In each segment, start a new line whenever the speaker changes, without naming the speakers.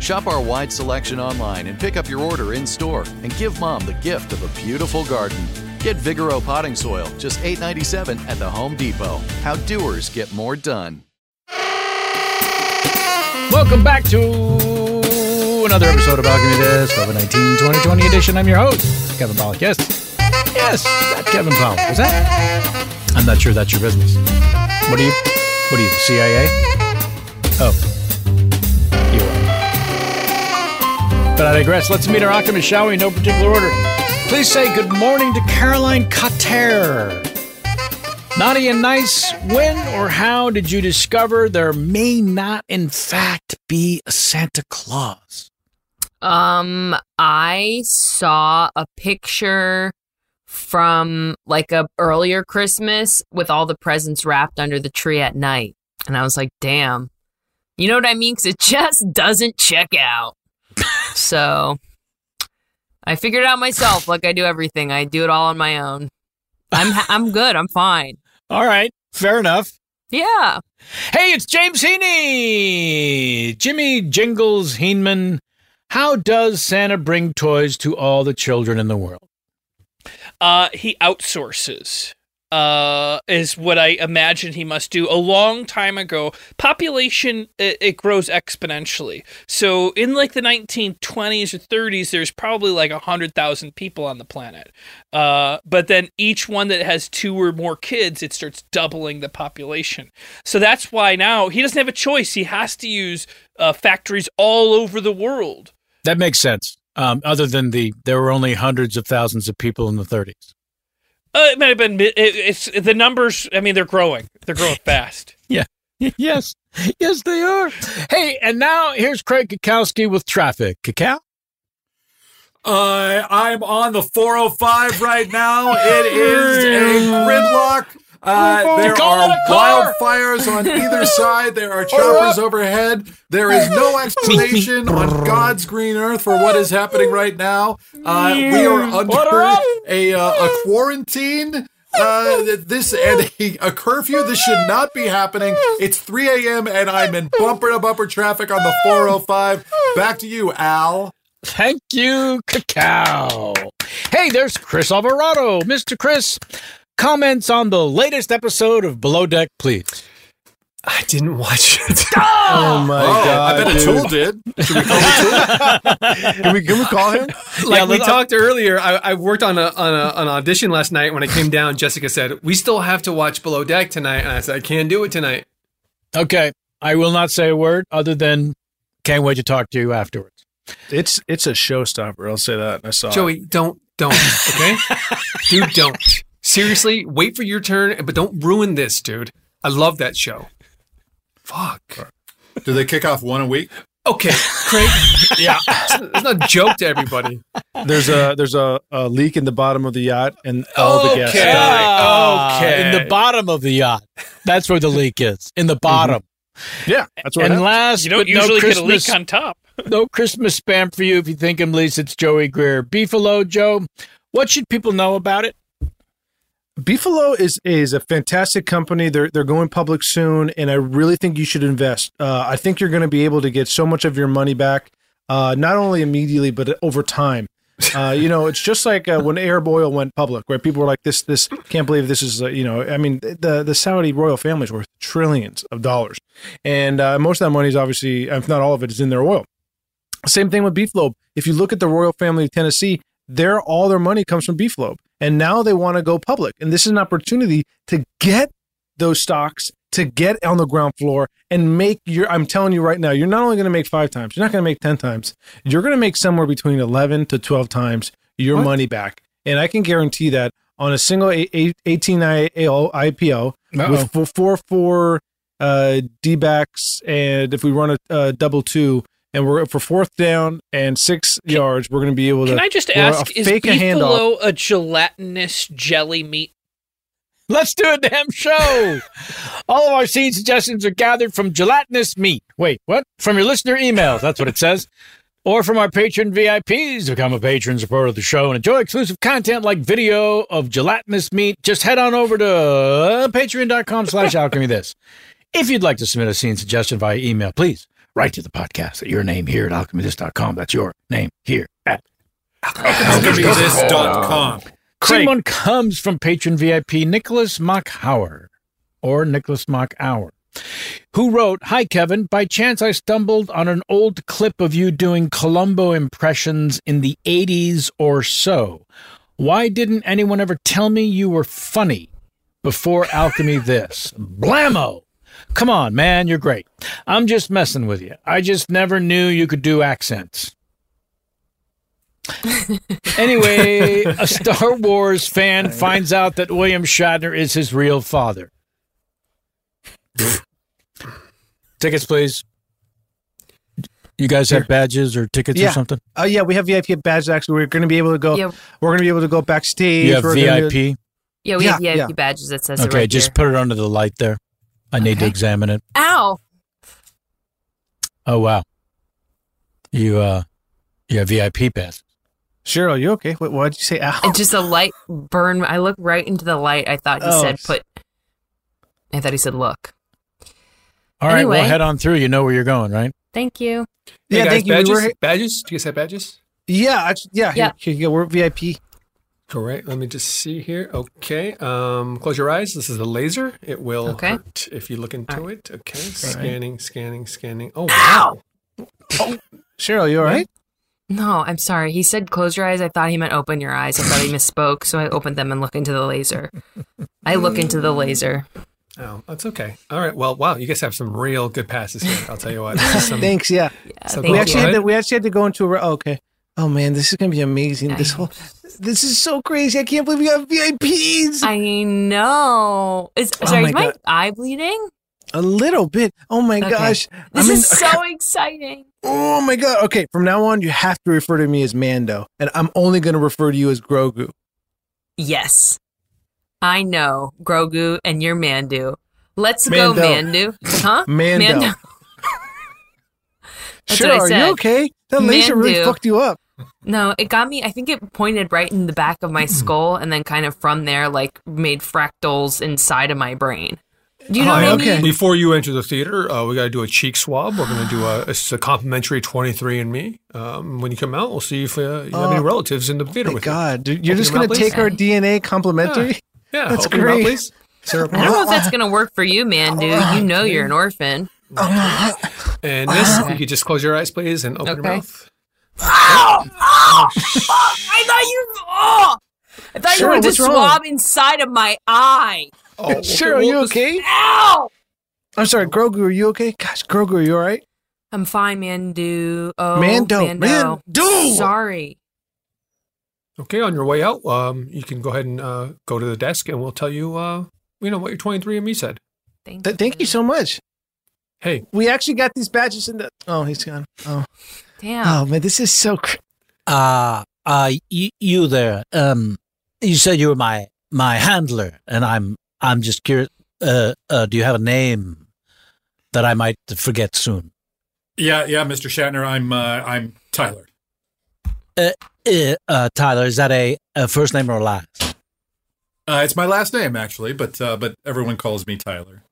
Shop our wide selection online and pick up your order in store and give Mom the gift of a beautiful garden. Get Vigoro potting soil, just $8.97 at the Home Depot. How doers get more done.
Welcome back to another episode of Balcony This, October 19, 2020 edition. I'm your host, Kevin Pollock. Yes, yes, that Kevin Pollock. Is that? I'm not sure that's your business. What are you? What are you, the CIA? Oh, you are. But I digress. Let's meet our Optimus, shall we? In no particular order. Please say good morning to Caroline Cotter. Naughty and nice, when or how did you discover there may not, in fact, be a Santa Claus?
Um, I saw a picture from like a earlier Christmas with all the presents wrapped under the tree at night, and I was like, "Damn," you know what I mean? Because it just doesn't check out. so I figured it out myself, like I do everything. I do it all on my own. I'm ha- I'm good. I'm fine.
All right, fair enough.
Yeah.
Hey, it's James Heaney, Jimmy Jingles Heenman. How does Santa bring toys to all the children in the world?
Uh, he outsources. Uh, is what I imagine he must do. A long time ago, population it, it grows exponentially. So in like the 1920s or 30s, there's probably like hundred thousand people on the planet. Uh, but then each one that has two or more kids, it starts doubling the population. So that's why now he doesn't have a choice. He has to use uh, factories all over the world.
That makes sense. Um, other than the, there were only hundreds of thousands of people in the 30s.
Uh, it might have been. It, it's the numbers. I mean, they're growing. They're growing fast.
yes, yes, they are. Hey, and now here's Craig Kakowski with traffic. Kakao?
Uh, I'm on the 405 right now. It is a gridlock. Uh, there
Call
are
it a car.
wildfires on either side. There are choppers overhead. There is no explanation on God's green earth for what is happening right now. Uh, we are under a, uh, a quarantine. Uh, th- this and a, a curfew. This should not be happening. It's 3 a.m. and I'm in bumper to bumper traffic on the 405. Back to you, Al.
Thank you, Cacao. Hey, there's Chris Alvarado. Mr. Chris, comments on the latest episode of Below Deck, please.
I didn't watch it. oh my
Oh,
god!
I bet a
dude.
tool did.
Can we, can we call him?
Yeah,
Like we
let-
talked earlier, I, I worked on a on a, an audition last night. When I came down, Jessica said we still have to watch Below Deck tonight, and I said I can't do it tonight.
Okay, I will not say a word other than can't wait to talk to you afterwards.
It's it's a showstopper. I'll say that. I saw.
Joey, don't don't okay, dude, don't seriously wait for your turn, but don't ruin this, dude. I love that show. Fuck.
Do they kick off one a week?
Okay, Craig. yeah, it's not a joke to everybody.
It. There's a there's a, a leak in the bottom of the yacht, and all the guests.
Okay.
die.
okay.
In the bottom of the yacht. That's where the leak is. In the bottom.
Mm-hmm. Yeah, that's what.
And
happened.
last,
You don't
but
usually
no
get a leak
Christmas,
on top.
no Christmas spam for you if you think him least. It's Joey Greer. Beefalo Joe, what should people know about it?
Beefalo is is a fantastic company. They're they're going public soon, and I really think you should invest. Uh, I think you're going to be able to get so much of your money back, uh, not only immediately but over time. Uh, you know, it's just like uh, when Arab Oil went public, where people were like, "This this can't believe this is." Uh, you know, I mean, the the Saudi royal family is worth trillions of dollars, and uh, most of that money is obviously, if not all of it, is in their oil. Same thing with Beeflobe. If you look at the royal family of Tennessee, their all their money comes from Beeflobe, and now they want to go public. And this is an opportunity to get those stocks, to get on the ground floor, and make your. I'm telling you right now, you're not only going to make five times, you're not going to make ten times. You're going to make somewhere between eleven to twelve times your
What?
money back, and I can guarantee that on a single a- a- 18 IAO IPO with four four four uh, D backs, and if we run a uh, double two, and we're for fourth down and six yards, we're going to be able to.
Can I just
or, uh,
ask, is
fake a handoff.
beefalo a gelatinous jelly meat?
Let's do a damn show. All of our scene suggestions are gathered from gelatinous meat. Wait, what? From your listener emails. That's what it says. Or from our patron VIPs. Become a patron, support of the show, and enjoy exclusive content like video of gelatinous meat. Just head on over to uh, patreon.com slash alchemy this. If you'd like to submit a scene suggestion via email, please write to the podcast at your name here at alchemythis.com. That's your name here at
Alchemythis.com.
Craig.
Someone comes from patron VIP Nicholas Mockhauer or Nicholas Mockhauer, who wrote, Hi, Kevin. By chance, I stumbled on an old clip of you doing Columbo impressions in the 80s or so. Why didn't anyone ever tell me you were funny before Alchemy This? Blammo! Come on, man, you're great. I'm just messing with you. I just never knew you could do accents. Anyway, a Star Wars fan finds out that William Shatner is his real father. Tickets, please. You guys have badges or tickets
Yeah.
or something?
Oh yeah, we have VIP badges. Actually, we're going to be able to go.
Yeah.
We're going to be able to go backstage.
You have
we're gonna-
VIP.
Yeah, we have
Yeah,
VIP
yeah.
badges that says it
okay,
right
just
here.
put it under the light there. I need to examine it.
Ow!
Oh wow, you uh, you have VIP pass.
Cheryl, you okay? Wait, why did you say Ah. ow?
And just a light burn. I looked right into the light. I thought he
Oh.
said put. I thought he said look.
All right, well
Anyway.
head on through. You know where you're going, right?
Thank you.
Hey,
Yeah,
guys,
thank you. We
badges?
were-
badges? Do you guys have badges?
Yeah, I, yeah,
Yeah.
yeah. Here, here, we're VIP.
Correct. Let me just see here. Okay. Um, close your eyes. This is the laser. It will
Okay.
hurt if you look into it. Okay. Scanning, scanning, scanning. Oh wow.
Oh, Cheryl, you all right?
No, I'm sorry. He said close your eyes. I thought he meant open your eyes. I thought he misspoke, so I opened them and look into the laser. I look into the laser.
Oh, that's okay. All right. Well, wow. You guys have some real good passes here. I'll tell you what. This is some-
Thanks. Yeah,
Yeah,
So
Uh, thank
we
cool.
actually
you.
had to, we actually had to go into a. re- Oh, okay. Oh man, this is going to be amazing. This
I-
whole this is so crazy. I can't believe we have VIPs.
I know. Is
Oh
sorry,
my
is my
God.
eye bleeding?
A little bit. Oh my
Okay.
gosh.
This
I'm in-
is so exciting.
Oh my god. Okay, from now on you have to refer to me as Mando, and I'm only going to refer to you as Grogu.
Yes. I know, Grogu and your Mandu. Let's go,
Mando.
Mandu. Huh?
Mando.
That's
sure,
what I
are
said.
you okay? That laser really
Mandu.
fucked you up.
No, it got me. I think it pointed right in the back of my
Hmm.
skull and then kind of from there, like made fractals inside of my brain. Do you know
Hi,
what I
okay.
mean?
Before you enter the theater, uh, we got to do a cheek swab. We're going to do a, it's a complimentary 23andMe. Um, when you come out, we'll see if uh, you have any
Oh.
relatives in the theater
Oh my
with
god.
you.
dude, You're
Open
just
your mouth,
going to take
please.
our DNA complimentary?
Yeah,
That's
open your mouth,
great.
please. Sarah,
I don't know if that's going to work for you, Mandu. You know you're an orphan.
And this, if you could just close your eyes, please, and open your
Okay.
mouth.
I thought you. Oh, I thought
Cheryl,
you were to
what's wrong?
swab inside of my eye.
Oh,
Sure, are
well,
you
this-
okay?
Ow!
I'm sorry, Grogu, are you okay? Gosh, Grogu, are you all right?
I'm fine, Mandu. Oh,
Mando,
Mando.
Mando!
Sorry.
Okay, on your way out, um, you can go ahead and uh, go to the desk, and we'll tell you, uh, you know, what your 23andMe said.
Thank
Th- thank you so much.
Hey,
We actually got these badges in the Oh, he's gone. Oh.
Damn.
Oh, man, this is so cr-
Uh, uh, you, you there. Um, you said you were my my handler, and I'm I'm just curious. Uh, uh, do you have a name that I might forget soon?
Yeah, yeah, Mr. Shatner, I'm uh, I'm Tyler.
Uh, uh, uh Tyler, is that a, a first name or a last?
Uh, it's my last name actually, but uh, but everyone calls me Tyler.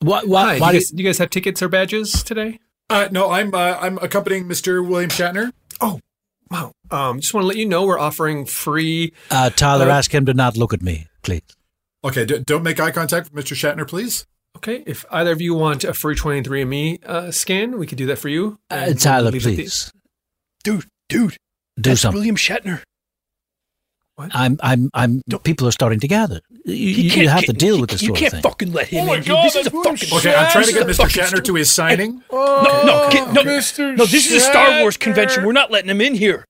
Why?
Hi,
Why?
do,
why do
you guys, do you guys have tickets or badges today?
Uh, no, I'm uh, I'm accompanying Mr. William Shatner.
Oh, Wow. Um, just want to let you know we're offering free.
uh, Tyler,
Uh,
ask him to not look at me, please.
Okay, d- don't make eye contact with Mr. Shatner, please.
Okay, if either of you want a free 23andMe uh, scan, we could do that for you. and
Uh,
we'll
Tyler,
leave it at
please
Dude, dude,
do
that's
something.
William Shatner.
I'm, I'm, I'm. People are starting to gather. You, you, you have to
get-
deal
you-
with this
You
sort of
can't
thing.
fucking let him
Oh my
in. dude.
God,
this is a
that's
fucking.
William
Okay, I'm trying to
this
get
is a
Mr.
fucking
Shatner to his signing.
No, no, get, no, no. This is a Star Wars convention. We're not letting him in here.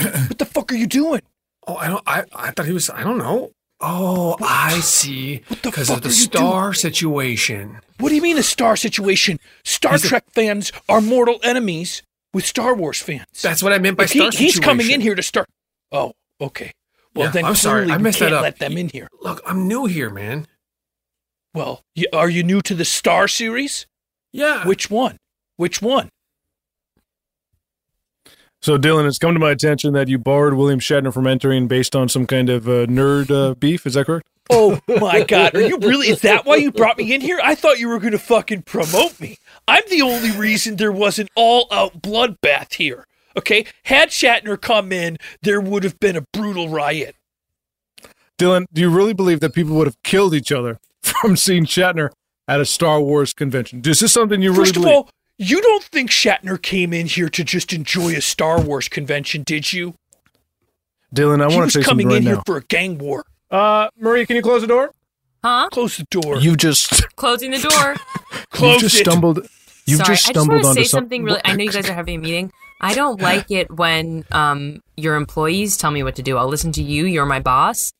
what the fuck are you doing?
Oh, I don't. I, I thought he was. I don't know. Oh, I see.
What the
Because
fuck
of the
are you
star situation.
What do you mean a star situation? Star
He's a-
Trek fans are mortal enemies with Star Wars fans.
That's what I meant by
If he-
star
He's coming
situation.
in here to start. Oh, okay. Well,
Yeah,
then
I'm sorry,
clearly
I
we
messed that
can't
up.
let them in here.
Look, I'm new here, man.
Well, you, are you new to the Star series?
Yeah.
Which one? Which one?
So, Dylan, it's come to my attention that you barred William Shatner from entering based on some kind of uh, nerd uh, beef. Is that correct?
Oh my God! Are you really? Is that why you brought me in here? I thought you were going to fucking promote me. I'm the only reason there was an all-out bloodbath here. Okay, had Shatner come in, there would have been a brutal riot.
Dylan, do you really believe that people would have killed each other from seeing Shatner at a Star Wars convention? Is this something you really
First of
believe?
all, you don't think Shatner came in here to just enjoy a Star Wars convention, did you?
Dylan, I
he
want
was
to say something
coming
right
in
now.
here for a gang war.
uh, Maria, can you close the door?
Huh?
Close the door.
You've just
Closing the door.
you've
Close
just
it.
stumbled. You've
Sorry,
just
I just
stumbled
want to
onto
say
some-
something really. I know you guys are having a meeting. I don't like it when um, your employees tell me what to do. I'll listen to you. You're my boss.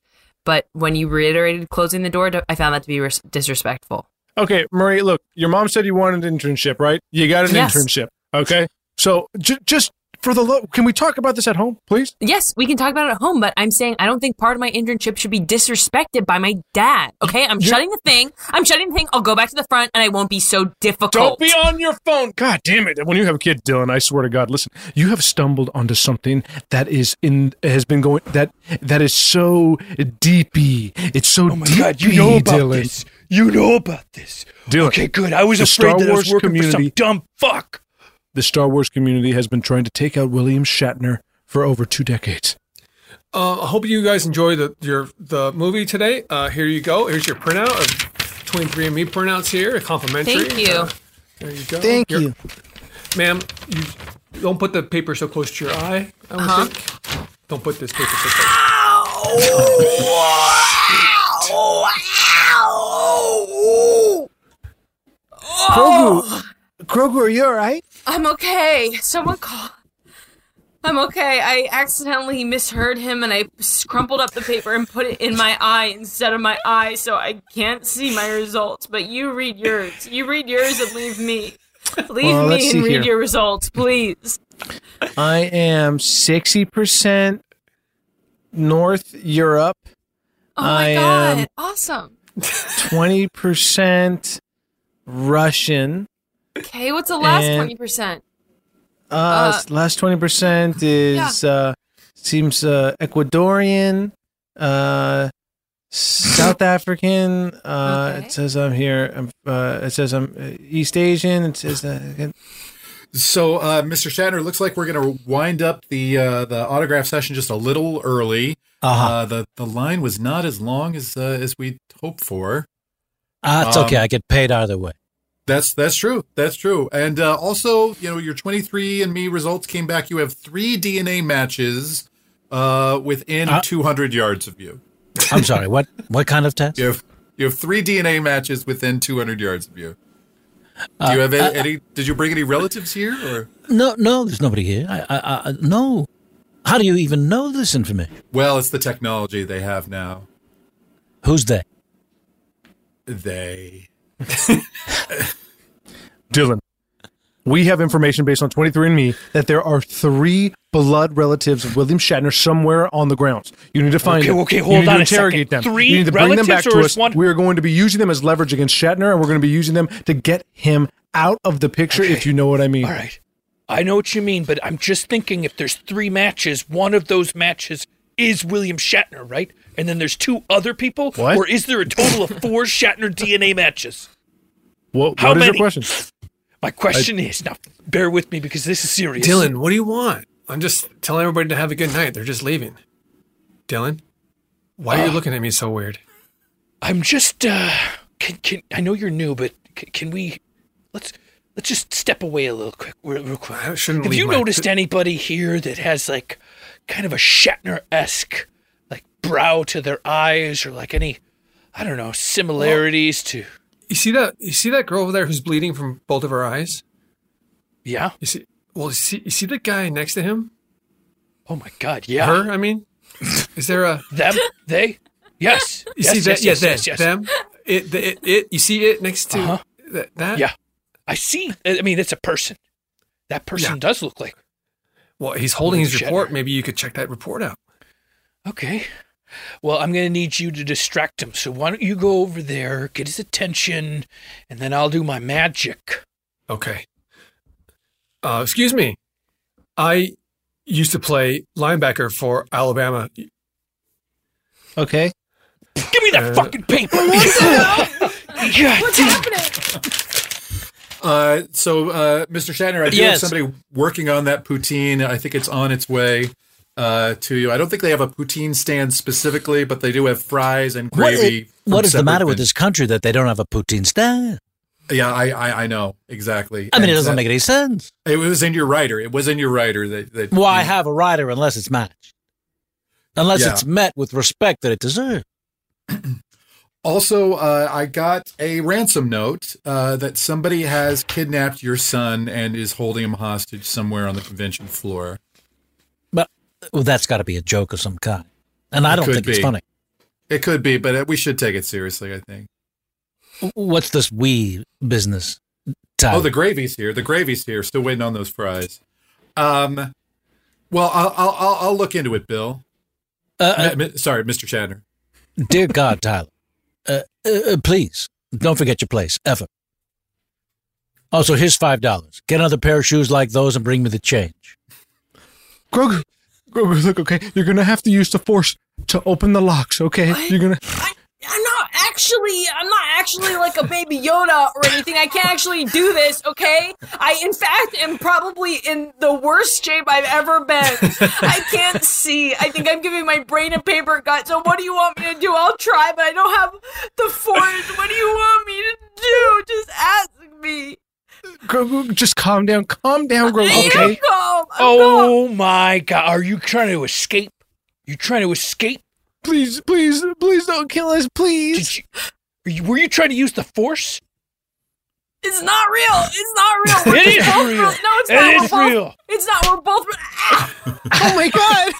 But when you reiterated closing the door, I found that to be res- disrespectful.
Okay, Marie, look, your mom said you wanted an internship, right? You got an
Yes.
internship. Okay. So j- just for the low, can we talk about this at home, please?
Yes, we can talk about it at home, but I'm saying I don't think part of my internship should be disrespected by my dad. Okay, I'm shutting the thing. I'm shutting the thing. I'll go back to the front, and I won't be so difficult.
Don't be on your phone. God damn it. When you have a kid, Dylan, I swear to God, listen, you have stumbled onto something that is in has been going that that is so deepy. It's so
Oh my
deepy,
God! You know about
Dylan.
this. You know about this.
Dylan,
okay, good. I was
the
afraid
Star
that I
Wars
was working for some
community-
dumb fuck.
The Star Wars community has been trying to take out William Shatner for over two decades.
Uh, I hope you guys enjoy the your the movie today. Uh, here you go. Here's your printout of 23andMe printouts here. Complimentary.
Thank you.
Uh, there you go. Here- ma'am. You don't put the paper so close to your eye. I don't think. Don't put this paper so close.
Grogu, Grogu, are you all right? Oh!
I'm okay. Someone call. I'm okay. I accidentally misheard him and I crumpled up the paper and put it in my eye instead of my eye, so I can't see my results. But you read yours. You read yours and leave me. Leave
Well, let's
me and
see
read
here.
your results, please.
I am 60% North Europe.
Oh my
I
god.
am
Awesome.
20% Russian.
Okay, what's the last
And-
twenty percent?
Uh, last 20% is uh seems uh Ecuadorian, uh South African. Uh it says I'm here. I'm uh it says I'm uh, East Asian. It says uh,
So, uh, Mr. Shatner, it looks like we're going to wind up the uh, the autograph session just a little early.
Uh-huh.
Uh, the the line was not as long as uh, as we hoped for.
Ah, it's okay.
Um,
I get paid either way.
That's that's true. That's true. And uh, also, you know, your 23 and Me results came back. You have three DNA matches uh, within 200 yards of you.
I'm sorry. What what kind of test?
You have you have three DNA matches within 200 yards of you. Do you
Uh,
have
uh,
any? any did you bring any relatives here? Or
No, no. There's nobody here. I, I, I no. How do you even know this information?
well, it's the technology they have now.
Who's they?
They.
Dylan, we have information based on 23andMe that there are three blood relatives of William Shatner somewhere on the grounds. You need to find
Okay,
them.
okay,
You
hold
need
on
to
a
interrogate
second.
them.
Three
you need to bring them back
relatives
to
or
us.
is one-
We are going to be using them as leverage against Shatner, and we're going to be using them to get him out of the picture, if you know what I mean. All
right. I know what you mean, but I'm just thinking if there's three matches, one of those matches is William Shatner, right? And then there's two other people?
What?
Or is there a total of four Shatner DNA matches?
What,
How
what is
many?
your question?
My question is now bear with me because this is serious.
Dylan, what do you want? I'm just telling everybody to have a good night. They're just leaving. Dylan, why are you
Uh,
looking at me so weird?
I'm just uh can, can I know you're new, but can, can we let's let's just step away a little quick real, real quick.
I shouldn't
Have
leave
you
my-
noticed anybody here that has like kind of a Shatner esque like brow to their eyes or like any I don't know, similarities to
You see that? You see that girl over there who's bleeding from both of her eyes?
Yeah.
You see? Well, you see, you see the guy next to him?
Oh my God! Yeah.
Her? I mean, is there a
them? They? Yes.
You
Yes,
see that?
yes,
yeah,
yes,
them,
yes, yes.
them. It, the- it, it. You see it next to
Uh-huh.
that, that?
Yeah. I see. I mean, it's a person. That person
Yeah.
does look like
Well, he's holding his
Shatner.
report. Maybe you could check that report out.
Okay. Well, I'm going to need you to distract him. So why don't you go over there, get his attention, and then I'll do my magic.
Okay. Uh, excuse me. I used to play linebacker for Alabama.
Okay.
Give me that
Uh,
fucking paper. God
What's
damn.
happening?
Uh, so, uh, Mr. Shatner, I do
Yes.
have somebody working on that poutine. I think it's on its way uh, to you. I don't think they have a poutine stand specifically, but they do have fries and
What i-
gravy. from
what is the
separate
matter with
bins.
this country that they don't have a poutine stand?
Yeah, I, I, I know exactly.
I mean, it
And
doesn't
that-
make any sense.
It was in your writer. It was in your writer that. that
Well, I have a rider unless it's matched, unless
Yeah.
it's met with respect that it deserves.
Also, uh, I got a ransom note uh, that somebody has kidnapped your son and is holding him hostage somewhere on the convention floor.
But well, that's got to be a joke of some kind, and I
It
don't
could
think it's
be.
funny.
It could be, but uh, we should take it seriously. I think.
W- What's this we business? Tyler?
Oh, the gravy's here. The gravy's here. Still waiting on those fries. Um, well, I'll I'll, I'll, I'll look into it, Bill.
Uh,
Mi- mi- sorry, Mr. Shatner.
Dear God, Tyler, uh, uh, uh, please don't forget your place ever. Also, here's five dollars. Get another pair of shoes like those and bring me the change.
Grogu, Grogu, look, okay, you're going to have to use the force to open the locks, okay? You're going to.
I'm not actually I'm not actually like a baby Yoda or anything. I can't actually do this, okay? I in fact am probably in the worst shape I've ever been. I can't see. I think I'm giving my brain a paper cut. So what do you want me to do? I'll try, but I don't have the force. What do you want me to do? Just ask me.
Grogu, just calm down. Calm down, Grogu.
Okay. You calm. I'm calm.
Oh my God! Are you trying to escape? You trying to escape?
Please, please, please don't kill us, please.
Did you, are you- were you trying to use the force?
It's not real. It's not real.
It
We're
is
both
real.
No, it's
It
not.
is
We're both-
real.
It's not. We're both.
oh my god.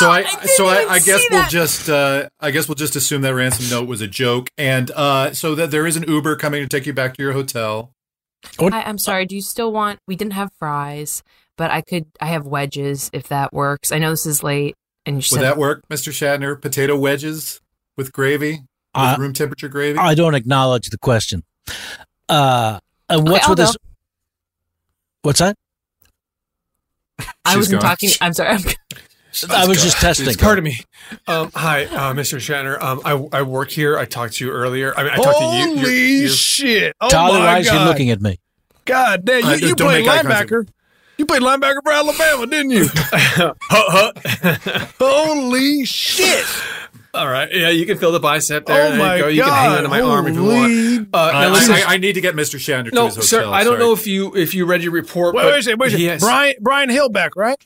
so I, so
Oh, even
I, I guess
see
we'll
that.
just uh, I guess we'll just assume that ransom note was a joke, and uh, so that there is an Uber coming to take you back to your hotel.
I, I'm sorry. Do you still want? We didn't have fries, but I could. I have wedges if that works. I know this is late, and you
Would
said
that work, Mister Shatner? Potato wedges with gravy, with
Uh,
room temperature gravy.
I don't acknowledge the question. Uh, and
Okay,
what's
I'll
with
go.
this? What's that?
I
She's
wasn't
gone.
talking. I'm sorry. I'm,
I was just testing.
Pardon me. Um, hi, uh, Mr. Shatner. Um, I, I work here. I talked to you earlier. I mean, I talked to you.
Holy shit! Oh
Tyler,
my
why is he
God.
looking at me?
God damn,
Uh,
you, you
don't
played
make eye contact.
linebacker. You played linebacker for Alabama, didn't you? Holy shit!
All right. Yeah, you can feel the bicep there.
Oh
There you
my
go. You can hang
God.
onto my arm if you
Holy-
want. Uh,
Uh,
now, listen,
I, I, I need to get Mister Shatner to
no,
his hotel.
sir. I don't
sorry.
know if you if you read your report.
Wait,
but
wait a second, wait a second.
he has-
Brian Brian Hill back, right?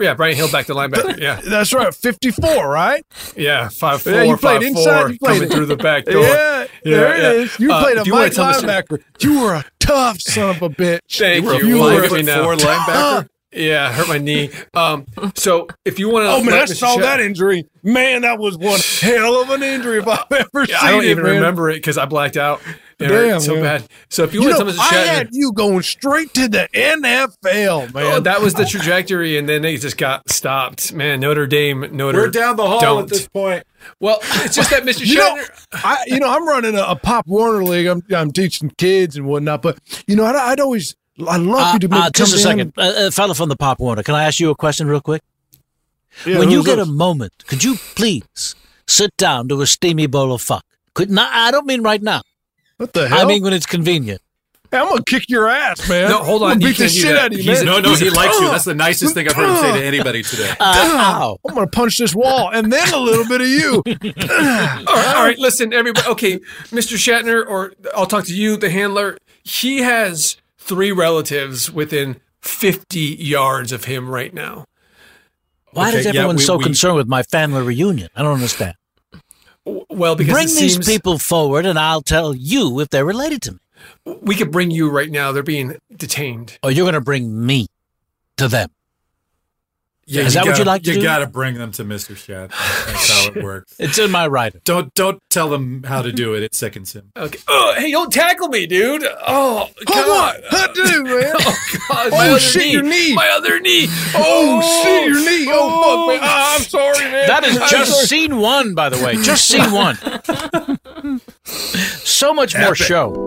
Yeah, Brian Hill back to linebacker. Yeah,
That's right, fifty four, right?
yeah, five four,
Yeah, you played
five,
inside,
four,
you played
coming
it.
through the back door.
Yeah, there it is.
yeah.
You
Uh,
played
if
a
you wanna
Mike
tell Mr.
linebacker. You were a tough son of a bitch.
Thank
You were
you.
a five
Look at me
foot
now.
four linebacker?
Yeah, hurt my knee. Um, so if you want to,
Oh man, I saw that injury. Man, that was one hell of an injury if I've ever seen.
I don't
it,
even
man.
remember it because I blacked out. It
Damn,
hurt so
man.
bad. So if you,
You
want
know,
to
I
Shatner,
had you going straight to the NFL, man.
oh, that was the trajectory, and then they just got stopped. Man, Notre Dame, Notre.
We're down the hall
don't.
at this point.
Well, it's just that Mr.
you know,
Shatner.
I you know I'm running a, a Pop Warner league. I'm I'm teaching kids and whatnot. But you know, I'd, I'd always I love
Uh,
you to be
uh,
come
just a
down
second,
and-
uh, uh, fellow from the Pop Warner. Can I ask you a question real quick?
Yeah,
when you
who's
get
this?
a moment, could you please sit down to a steamy bowl of fuck? Could not. I don't mean right now.
what the hell?
I mean when it's convenient.
Hey, I'm gonna kick your ass, man.
No, hold
I'm
on,
gonna
you
beat the
can't do
shit
that.
out of you,
He's
man. uh,
a-
No, no,
He's
he likes you.
"Ugh."
That's the nicest thing I've heard him say to anybody today.
Uh, ow.
I'm gonna punch this wall and then a little bit of you.
All right, all right, listen, everybody. Okay, Mr. Shatner, or I'll talk to you, the handler. He has three relatives within 50 yards of him right now.
Why
Okay,
is
yeah,
everyone
we-
so
we-
concerned with my family reunion? I don't understand.
W- Well, because
Bring
it
these
seems
people forward, and I'll tell you if they're related to me.
we could bring you right now. They're being detained.
Or Oh, you're going to bring me to them.
Yeah,
Is that what
gotta-
you'd like to
You
do?
gotta bring them to Mister Shatner. That's how it works.
It's in my writing.
Don't don't tell them how to do it. It seconds him.
Okay. Oh, hey, don't tackle me, dude. Oh,
Hold on,
God.
what to do, man?
God,
Oh,
my other
shit, your knee.
My other knee.
Oh, shit, your knee. Oh,
oh.
fuck, man. Ah, I'm sorry, man.
That is
I'm sorry.
just scene one, by the way. Just scene one. so much more show.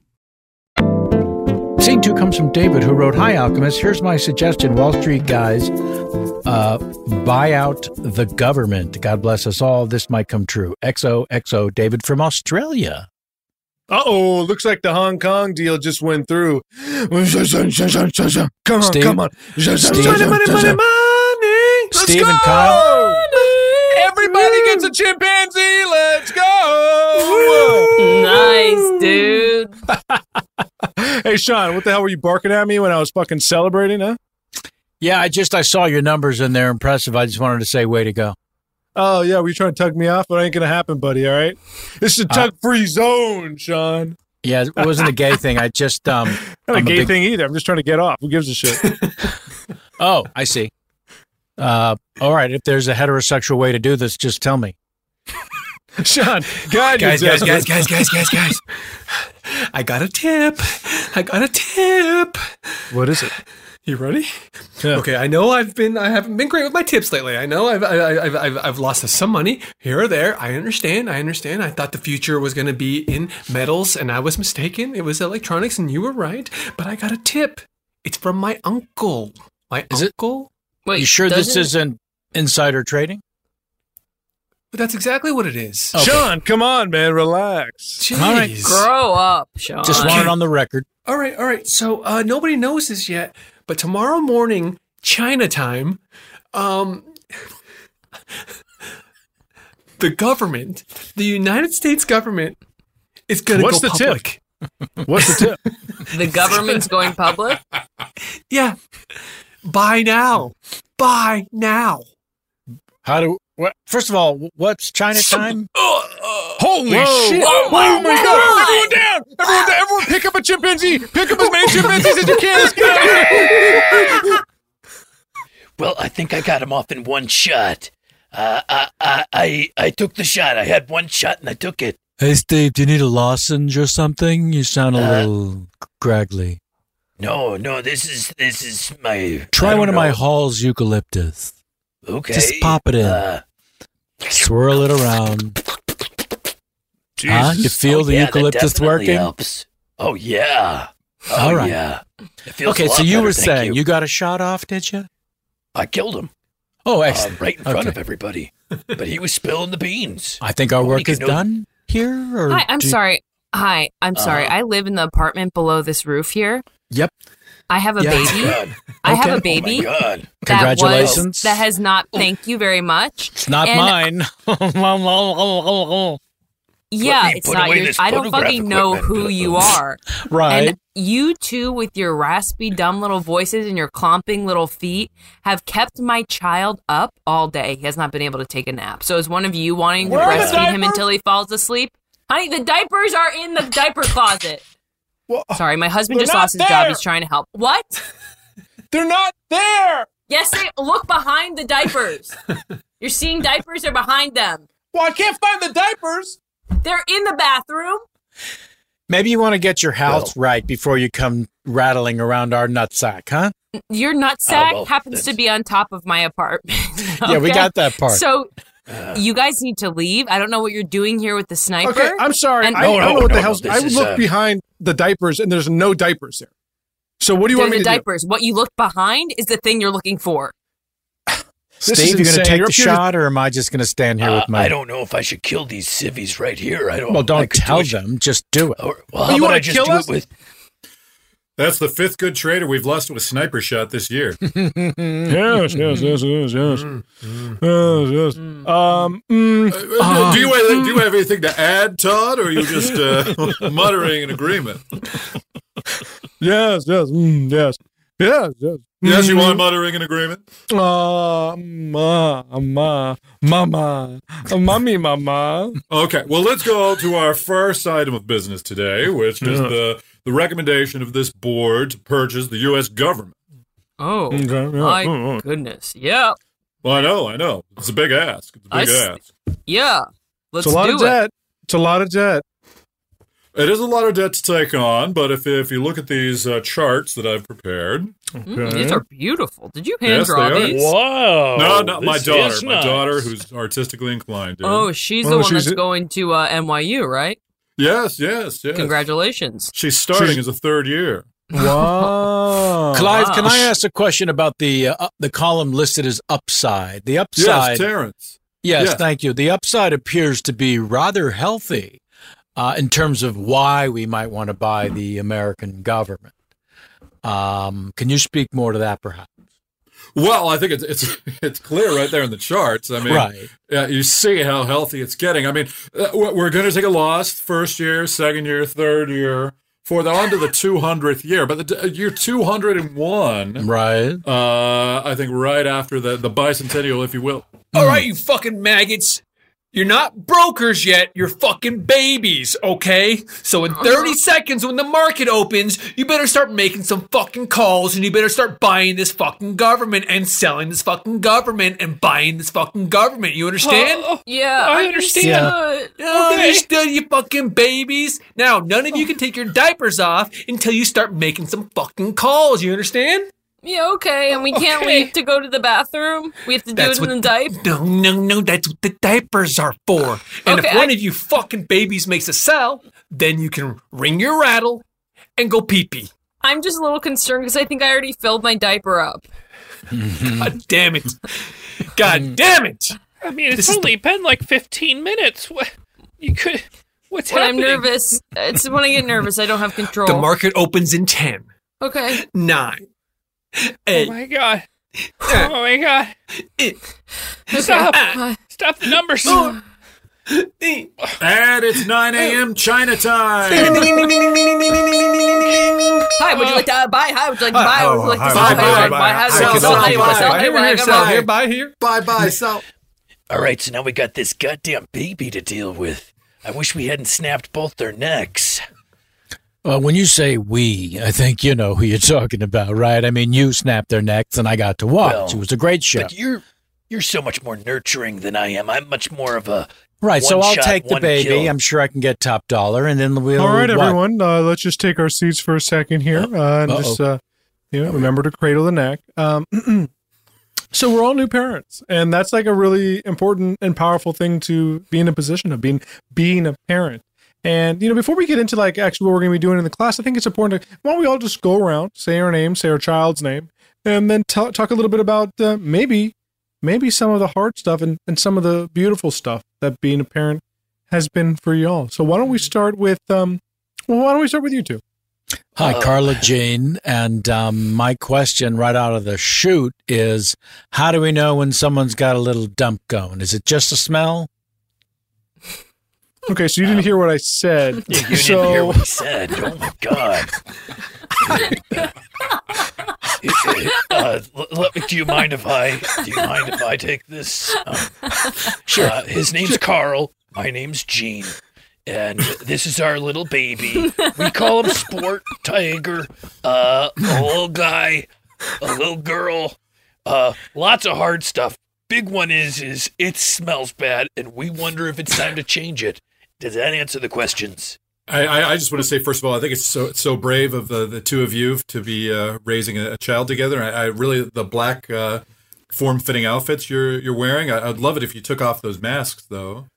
Scene two comes from David, who wrote, "Hi Alchemist. Here's my suggestion: Wall Street guys, uh, buy out the government. God bless us all. This might come true." XO XO David from Australia.
Uh oh, looks like the Hong Kong deal just went through. Come on,
Steve-
come on.
Steve-
money, money, money, money. Let's
Steve
go.
and Kyle.
Everybody gets a chimpanzee. Let's go.
Nice, dude.
Hey, Sean, what the hell were you barking at me when I was fucking celebrating, huh?
Yeah, I just I saw your numbers and they're impressive. I just wanted to say, way to go.
Oh, yeah, were you trying to tug me off? But it ain't going to happen, buddy, all right? This is a
Uh,
tug free zone, Sean.
Yeah, it wasn't a gay thing. I just um,
Not a
I'm a
gay
big-
thing either. I'm just trying to get off. Who gives a shit?
oh, I see. Uh, all right. If there's a heterosexual way to do this, just tell me.
Sean, God,
Guys,
you're
guys, guys,
desperate.
guys, guys, guys, guys. I got a tip. I got a tip.
What is it?
You ready? Okay, I know I've been I haven't been great with my tips lately. I know I've I, I've, I've I've lost some money here or there. I understand. I understand. I thought the future was going to be in metals, and I was mistaken. It was electronics, and you were right. But I got a tip. It's from my uncle. My uncle.
Wait,
you sure this
doesn't-
isn't insider trading?
But that's exactly what it is.
Sean, come on, man, relax.
All right.
Grow up, Sean.
Just want it on the record.
All right, all right. So uh, nobody knows this yet, but tomorrow morning, China time, um, the government, the United States government, is going to go
What's the tip?
public.
What's the tip?
The government's going public.
Yeah, buy now, buy now.
How do? What, first of all, what's China time?
Holy
shit.
Oh my, god!
Everyone down! Everyone, down! everyone, pick up a chimpanzee! Pick up as many chimpanzees as you can! Let's go!
Well, I think I got him off in one shot.
Uh, I, I, I, I took the shot. I had one shot and I took it.
Hey, Steve, do you need a lozenge or something? You sound a
Uh,
little craggly.
No, no, this is this is my. I
Try
don't
one of my
know.
Hall's eucalyptus.
Okay.
Just pop it in.
uh,
Swirl it around. Huh? You feel
Oh,
the
yeah, that
eucalyptus
definitely
working?
helps. Oh yeah. Oh,
All right.
Yeah. It feels
Okay,
a lot
so you
better,
were
thank
saying
you.
you got a shot off, did you?
I killed him.
Oh,
uh,
excellent.
right in front
Okay.
of everybody, but he was spilling the beans.
I think our work
can
is
know-
done here. Or
Hi, I'm
do-
sorry. Hi, I'm sorry.
Uh-huh.
I live in the apartment below this roof here.
Yep.
I have a
Yeah.
baby.
God.
I
Okay.
have
Oh my
a baby.
God.
that was-
Congratulations.
that has not. Thank you very much.
It's not
And-
mine.
Yeah,
Let me
it's
put
not
away
yours.
this
I don't
photographic
fucking know
equipment.
who you are.
Right.
And you two, with your raspy, dumb little voices and your clomping little feet, have kept my child up all day. He has not been able to take a nap. So, is one of you wanting to
Where are the
breastfeed him
diapers?
until he falls asleep? Honey, the diapers are in the diaper closet. Sorry, my husband
uh, They're
just
not
lost his
there.
job. He's trying to help. What?
They're not there.
Yes, they look behind the diapers. You're seeing diapers are behind them.
Well, I can't find the diapers.
They're in the bathroom.
Maybe you want to get your house right before you come rattling around our nutsack, huh?
Your nutsack
Oh, well,
happens to be on top of my apartment.
Yeah, we
okay?
got that part.
So you guys need to leave. I don't know what you're doing here with the sniper.
Okay, I'm sorry.
And-
I, I don't know what the hell's. I would look
uh,
Uh,
behind the diapers, and there's no diapers there. So what do you
They're
want me
the
to do?
diapers. What you looked behind is the thing you're looking for.
This
Steve,
is
you going to
insane.
take
You're
the
up here to-
shot, or am I just going to stand here
Uh,
with my?
I don't know if I should kill these civvies right here. I don't.
Well,
I
don't
could do
tell
it.
them. Just do it.
Well, how
You
about
wanna
I just
kill
do
us?
it with?
That's the fifth good trader we've lost with sniper shot this year.
yes, yes, yes, yes, yes. Mm, yes, yes. Um, mm,
do you have, do you have anything to add, Todd, or are you just uh, muttering in agreement?
yes, yes, mm, yes, yes, yes.
Yes, you are
Mm.
muttering in agreement.
Ah, ma, ma, mama, mommy, mama.
Okay, well, let's go to our first item of business today, which is
Yeah.
the the recommendation of this board to purchase the U.S. government.
Oh,
Okay, yeah.
my
Mm, mm.
goodness. Yeah.
Well, I know, I know, it's a big ask. It's a
I
big
s-
ask.
Yeah. Let's
It's a lot
do
of
it.
debt.
It's a lot of debt.
It is a lot of debt to take on, but if if you look at these uh, charts that I've prepared,
Mm, these are beautiful. Did you hand
Yes, they
draw
are.
these?
No, not my
this is
daughter. My
nice.
daughter, who's artistically inclined. dude.
Oh, she's the one that's going to uh, NYU, right?
Yes, yes, yes.
Congratulations.
She's starting as a third year.
Wow. Clive, can
Wow.
I ask a question about the uh, the column listed as upside? The upside.
Terrence.
Yes,
Yes.
thank you. The upside appears to be rather healthy uh, in terms of why we might want to buy the American government. Um, can you speak more to that, perhaps?
Well, I think it's it's it's clear right there in the charts. I mean,
Right.
yeah, you see how healthy it's getting. I mean, uh, we're we're going to take a loss first year, second year, third year, for the onto the two hundredth year. But the uh, year two hundred and one,
right?
Uh, I think right after the the bicentennial, if you will.
All right, you fucking maggots. You're not brokers yet. You're fucking babies, okay? So in 30 seconds, when the market opens, you better start making some fucking calls and you better start buying this fucking government and selling this fucking government and buying this fucking government. You
Oh,
understand?
yeah,
I understand.
Okay.
Understood, you fucking babies. Now, none of you can take your diapers off until you start making some fucking calls. You understand?
Yeah, okay. And we can't
Okay.
leave to go to the bathroom. We have to do
That's
it in
what-
the diaper.
No, no, no. That's what the diapers are for. And
Okay,
if one
I-
of you fucking babies makes a sow, then you can ring your rattle and go pee pee.
I'm just a little concerned because I think I already filled my diaper up.
God damn it. God damn it.
I mean, it's
This is
only been like 15 minutes. What you could? What's
when
happening?
I'm nervous, it's when I get nervous, I don't have control.
The market opens in 10,
okay.
9,
Oh
8.
my god. Oh my god. Stop. Stop the numbers.
And it's nine a.m. China time.
Hi, would you like to uh, buy? Hi, would you like to buy?
Hi,
Would you like to
hi,
sell?
hi,
Hi, would you
hi,
like to buy? Hi,
hi,
would you like to sell? How do you want to sell? How do you want to sell?
buy here.
Bye bye, sell.
All right, so now we got this goddamn baby to deal with. I wish we hadn't snapped both their necks.
Well, when you say we, I think you know who you're talking about, right? I mean, you snapped their necks and I got to watch.
Well,
it was a great show.
But you're
You're so much more nurturing than I am. I'm much more of a
Right, so
one
I'll
shot,
take the
one
baby.
kill.
I'm sure I can get top dollar, and then we'll.
All right,
what?
everyone. Uh, let's just take our seats for a second here, uh, and
Uh-oh.
just uh, you know, remember to cradle the neck. Um, so we're all new parents, and that's like a really important and powerful thing to be in a position of being being a parent. And you know, before we get into like actually what we're going to be doing in the class, I think it's important to why don't we all just go around, say our name, say our child's name, and then ta- talk a little bit about uh, maybe maybe some of the hard stuff and, and some of the beautiful stuff that being a parent has been for y'all. So why don't we start with um well why don't we start with you two?
Hi,
Uh,
Carla Jean. And um, my question right out of the chute is how do we know when someone's got a little dump going? Is it just a smell?
Okay, so you didn't hear what I said.
Yeah, you
so,
didn't hear what I
said. Oh my god. uh, l- let me, do you mind if I do you mind if I take this? Um, sure. Uh, his name's Carl. My name's Gene, and this is our little baby. We call him Sport Tiger. Uh, a little guy, a little girl. Uh, lots of hard stuff. Big one is is it smells bad, and we wonder if it's time to change it. Does that answer the questions?
I, I, I just want to say, first of all, I think it's so so brave of the, the two of you to be uh, raising a, a child together. I, I really the black uh, form fitting outfits you're you're wearing. I, I'd love it if you took off those masks, though.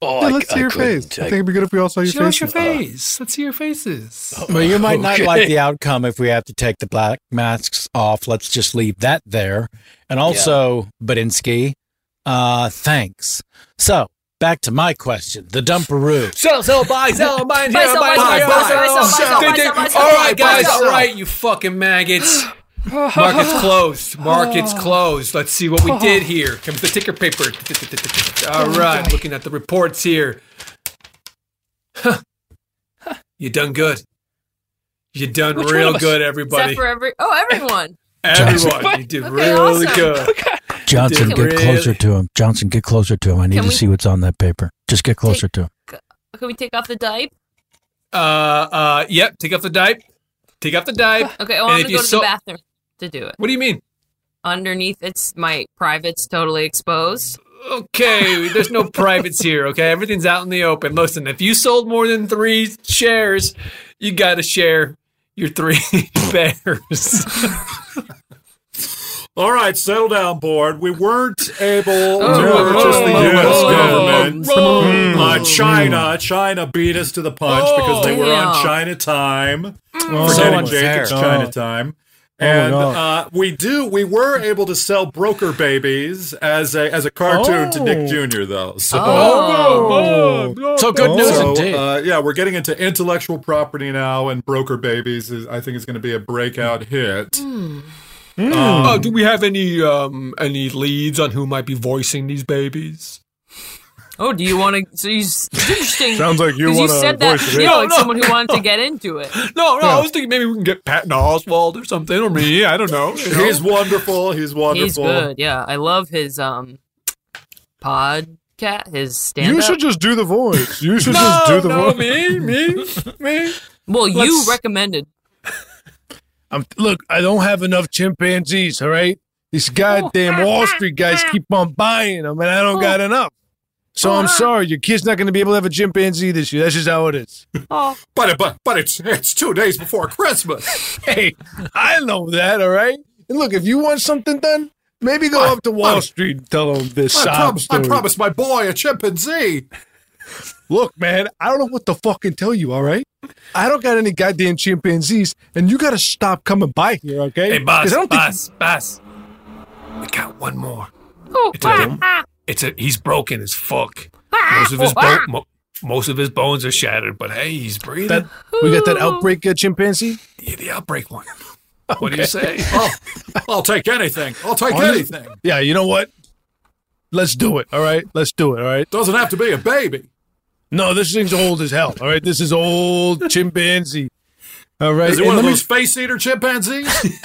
Oh,
yeah, let's see your face. I think it'd be good if we all saw your
Show us
face.
your face. Let's see your faces.
Well, you might not
Okay.
like the outcome if we have to take the black masks off. Let's just leave that there. And also, Badinsky, uh, thanks. So, back to my question the dumperoo.
Sell, sell, buy, sell, buy,
Buy,
sell,
sell, buy,
buy, buy,
sell, buy, sell, buy, sell,
buy,
buy, sell,
Ding, ding.
buy, sell,
All
buy,
right,
sell,
guys.
buy,
All
sell.
right, you fucking maggots. Market's closed.
Oh.
Market's
Oh.
closed. Let's see what we did here. Comes the ticker paper. All right, looking at the reports here. Huh. You done good. You done
Which one
real
of us?
good, everybody.
Except for every oh everyone.
Everyone, you did really
awesome.
good.
Johnson,
Can we-
get closer to him. Johnson, get closer to him. I need
Can
to
we-
see what's on that paper. Just get closer to him.
Can we take off the diaper?
Uh, uh, yep. Take off the diaper. Take off the diaper.
Okay, oh,
And
I'm
if
gonna
you
go to
saw-
the bathroom to do it.
What do you mean?
Underneath, it's my privates totally exposed.
Okay, there's no privates here, okay? Everything's out in the open. Listen, if you sold more than three shares, you got to share your three bears.
All right, settle down, board. We weren't able
Oh,
to purchase the
oh,
U.S.
oh,
government.
oh,
Mm,
oh.
uh, China, China beat us to the punch because they were on
Damn.
China time. Forgetting
Oh, so unfair.
Jacob's
Oh.
China time.
Oh, my
And
God.
uh, we do, we were able to sell Broker Babies as a as a cartoon to Nick Jr. though. So,
Oh. Oh. So good news
So,
indeed.
uh, yeah, we're getting into intellectual property now, and Broker Babies is, I think, is going to be a breakout hit. Um,
oh, do we have any um any leads on who might be voicing these babies?
Oh, do you want to? So you s- it's interesting.
Sounds like you
'cause
wanna
said that
voice it,
you
yeah.
know, like
No, no,
someone who wanted to get into it.
No, no,
Yeah.
I was thinking maybe we can get Patton Oswald or something, or me. I don't know. you know?
He's wonderful. He's
He's
wonderful.
good. Yeah, I love his um podcast, his stand.
You should just do the voice. You should
No,
just do the
no,
voice.
me, me, me.
Well, you
Let's-
recommended.
I'm, look, I don't have enough chimpanzees, all right? These goddamn Wall Street guys keep on buying them, and I don't
Oh.
got enough. So I'm sorry, your kid's not going to be able to have a chimpanzee this year. That's just how it is.
Oh.
But it, but but it's it's two days before Christmas.
hey, I know that, all right? And look, if you want something done, maybe go up to Wall Street and tell them this
I,
sob
prob- I
story.
promised my boy a chimpanzee.
Look, man, I don't know what to fucking tell you, all right? I don't got any goddamn chimpanzees, and you got to stop coming by here, okay?
Hey, boss,
'Cause I don't think-
boss, boss. We got one more. It's a, dom- it's a he's broken as fuck. Most of his bo- mo- most of his bones are shattered, but hey, he's breathing.
That, we got that outbreak uh, chimpanzee?
Yeah, the outbreak one. What
Okay.
do you say?
Oh, I'll take anything. I'll take
Honest-
anything.
Yeah, you know what? Let's do it. All right, let's do it. All right.
Doesn't have to be a baby.
No, this thing's old as hell. All right, this is old chimpanzee. All right.
Is it
and
one of
let me-
those face eater chimpanzees?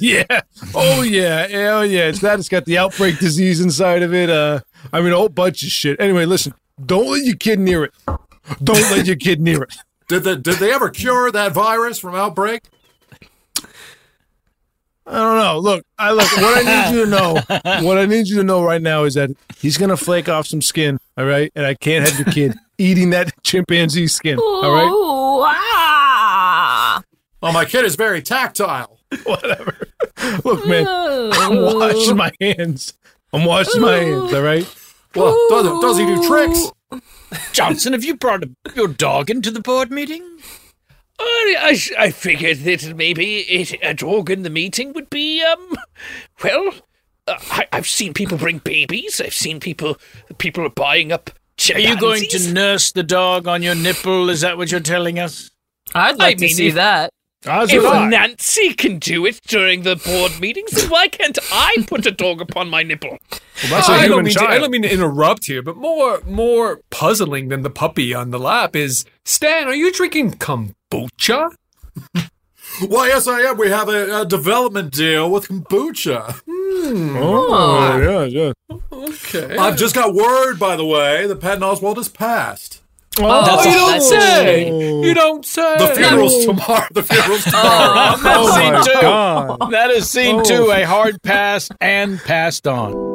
yeah. Oh yeah. Hell yeah. It's that. It's got the outbreak disease inside of it. Uh, I mean, a whole bunch of shit. Anyway, listen. Don't let your kid near it. Don't let your kid near it.
did the, did they ever cure that virus from outbreak?
I don't know. Look, I look. What I need you to know, what I need you to know right now is that he's gonna flake off some skin. All right, and I can't have your kid eating that chimpanzee skin. All right.
Oh.
Ooh, ah.
Well, my kid is very tactile.
Whatever. Look, man, I'm washing my hands. I'm washing my hands. All right.
Well, does, does he do tricks?
Johnson, have you brought your dog into the board meeting?
I, I s- I figured that maybe it, a dog in the meeting would be, um, well, uh, I, I've seen people bring babies. I've seen people, people are buying up
Are you going to
chimpanzees.
nurse the dog on your nipple? Is that what you're telling us?
I'd
like I to mean, see if- that.
As
if
would I.
Nancy can do it during the board meetings, then why can't I put a dog upon my nipple?
I I don't mean to, I
child.
don't mean to interrupt here, but more more puzzling than the puppy on the lap is Stan. Are you drinking kombucha?
Well, yes, I am. We have a, a development deal with kombucha.
Hmm.
Um,
Oh, yeah, yeah.
Okay. I've just got word, by the way, that Patton Oswald has passed.
Oh, That's
you don't say. You don't say.
The funeral's tomorrow. The funeral's
Oh,
tomorrow.
Oh,
That's Oh, scene
Oh my
two.
God.
That is scene
Oh.
two. A hard pass and passed on.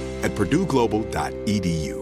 at purdueglobal.edu.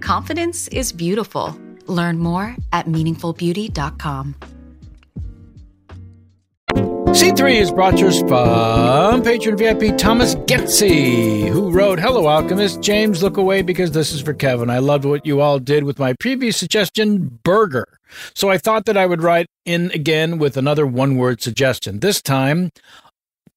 Confidence is beautiful. Learn more at meaningfulbeauty.com.
C3 is brought to us from patron VIP Thomas Getze, who wrote, Hello, Alchemist. James, look away because this is for Kevin. I loved what you all did with my previous suggestion, burger. So I thought that I would write in again with another one word suggestion. This time,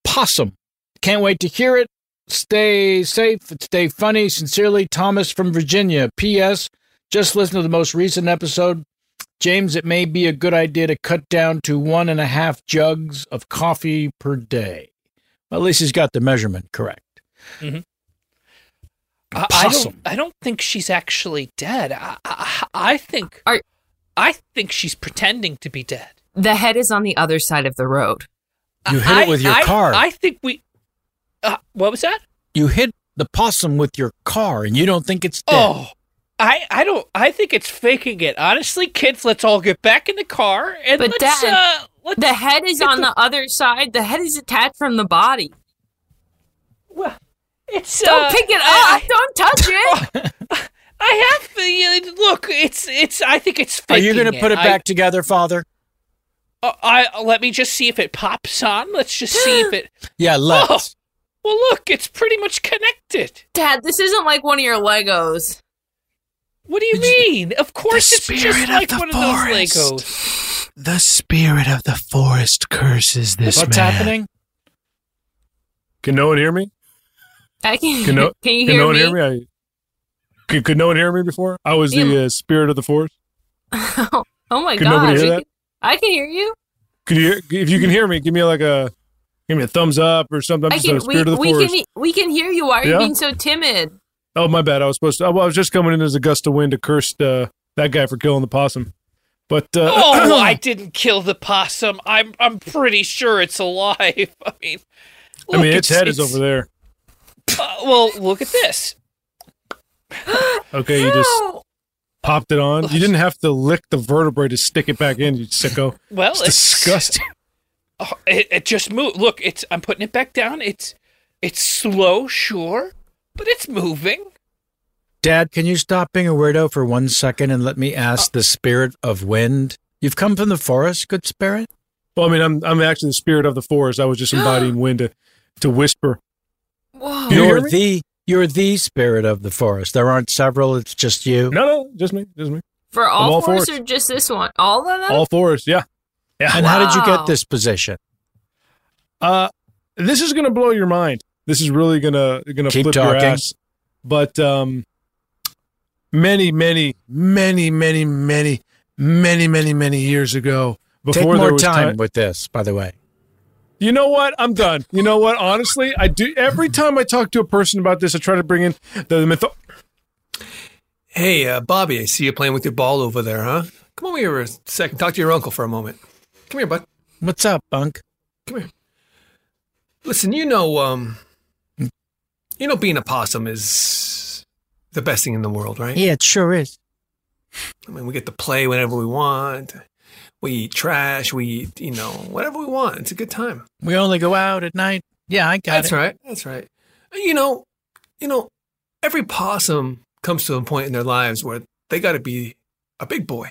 possum. Can't wait to hear it. Stay safe and stay funny. Sincerely, Thomas from Virginia. P.S. Just listen to the most recent episode. James, it may be a good idea to cut down to one and a half jugs of coffee per day. Well, at least he's got the measurement correct.
Mm-hmm. I, I, don't. I don't think she's actually dead. I, I, I think.
Are,
I think she's pretending to be dead.
The head is on the other side of the road.
You hit it with your car.
I think we. Uh, what was that?
You hit the possum with your car, and you don't think it's dead.
Oh. I, I don't I think it's faking it. Honestly, kids, let's all get back in the car and
But
let's
Dad,
uh let's
the head is
get
on the, other side. The head is detached from the body.
Well, it's
don't
uh,
pick it up.
I-
don't touch it.
I have the uh, look, it's it's I think it's
Are
Oh, faking
you going to put it
I-
back together, Father?
uh, I, let me just see if it pops on. Let's just see if it
Yeah, let's.
Well, look, it's pretty much connected.
Dad, this isn't like one of your Legos.
What do you mean? Of course it's just like one of those Legos.
The spirit of the forest curses this
What's
man.
happening? Can no one hear me?
I can.
Can no,
can you
can
hear
no one
me?
hear me? I, could, could no one hear me before? I was
You-
the uh, spirit of the forest.
Oh my
Can
god!
nobody hear
you
that?
can- I can hear you.
Could you? If you can hear me, give me like a give me a thumbs up or something. I'm
I
just
can.
a
We,
spirit of the
we
forest.
can. We can hear you. Why are you
Yeah?
being so timid?
Oh my bad. I was supposed to. Well, I was just coming in as a gust of wind to curse uh, that guy for killing the possum. But uh,
Oh, I didn't kill the possum. I'm I'm pretty sure it's alive. I mean,
I mean,
look,
its head is over there.
Uh, well, look at this.
Okay, you just popped it on. You didn't have to lick the vertebrae to stick it back in. You sicko.
Well,
it's
it's-
disgusting.
Oh, it, it just moved. Look, it's I'm putting it back down. It's it's slow, sure, but it's moving.
Dad, can you stop being a weirdo for one second and let me
Oh.
ask the spirit of wind? You've come from the forest, good spirit.
Well, I mean, I'm I'm actually the spirit of the forest. I was just embodying wind to to whisper.
Whoa.
Oh,
You hear
You're
me?
the you're the spirit of the forest. There aren't several. It's just you.
No, no, just me, just me.
For
I'm
all,
all for
fours
it.
or just this one? All of them?
All forest, yeah, yeah.
And how did you
Wow.
get this position?
Uh, this is gonna blow your mind. This is really gonna gonna
Keep
flip your
talking.
ass. But um, many, many, many, many, many, many, many, many years ago,
Take
before
more
there was
time,
time,
with this, by the way.
You know what? I'm done. You know what? Honestly, I do. Every time I talk to a person about this, I try to bring in the myth.
Hey, uh, Bobby, I see you playing with your ball over there, huh? Come over here a second. Talk to your uncle for a moment. Come here, bud.
What's up, Bunk?
Come here. Listen, you know, um, you know, being a possum is the best thing in the world, right?
Yeah, it sure is.
I mean, we get to play whenever we want. We eat trash. We eat, you know, whatever we want. It's a good time.
We only go out at night. Yeah, I got
That's
it.
right. That's right. You know, you know, every possum comes to a point in their lives where they got to be a big boy.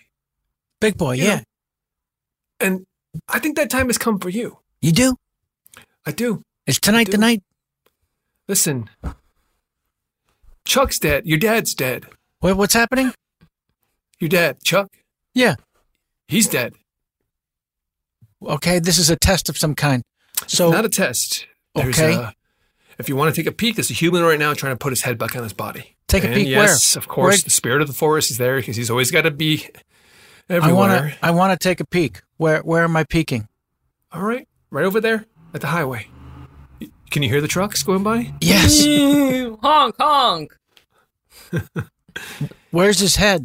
Big boy,
You
yeah.
know? And I think that time has come for you.
You do?
I do.
It's tonight, tonight.
Listen, Chuck's dead. Your dad's dead.
What, what's happening?
Your dad, Chuck.
Yeah.
He's dead.
Okay, this is a test of some kind. So
not a test. There's
Okay.
A, if you want to take a peek, there's a human right now trying to put his head back on his body.
Take a
And
peek where?
Yes, of course.
Where-
The spirit of the forest is there because he's always got to be
I
everywhere.
want to I want to take a peek. Where where am I peeking?
All right, right over there at the highway. Y- Can you hear the trucks going by?
Yes.
honk honk.
Where's his head?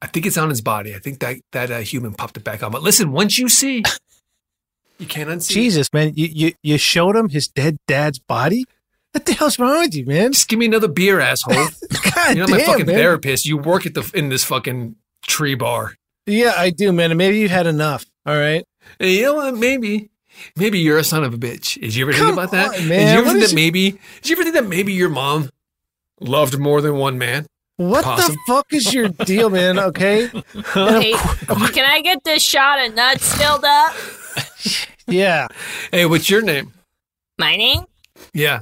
I think it's on his body. I think that that uh, human popped it back on. But listen, once you see You can't unsee.
Jesus, man, you, you you showed him his dead dad's body. What the hell's wrong with you, man?
Just give me another beer, asshole.
God
You're not
damn,
my fucking
man.
therapist. You work at the in this fucking tree bar.
Yeah, I do, man. And maybe you've had enough. All right.
And you know what? Maybe, maybe you're a son of a bitch. Did you ever think
Come
about that?
on,
Did
man.
you ever
What
think
is
that
it-
maybe? Did you ever think that maybe your mom loved more than one man?
What
Possum.
the fuck is your deal, man? Okay. And of
Hey, can I get this shot of nuts filled up?
Yeah.
Hey, what's your name?
My name?
Yeah.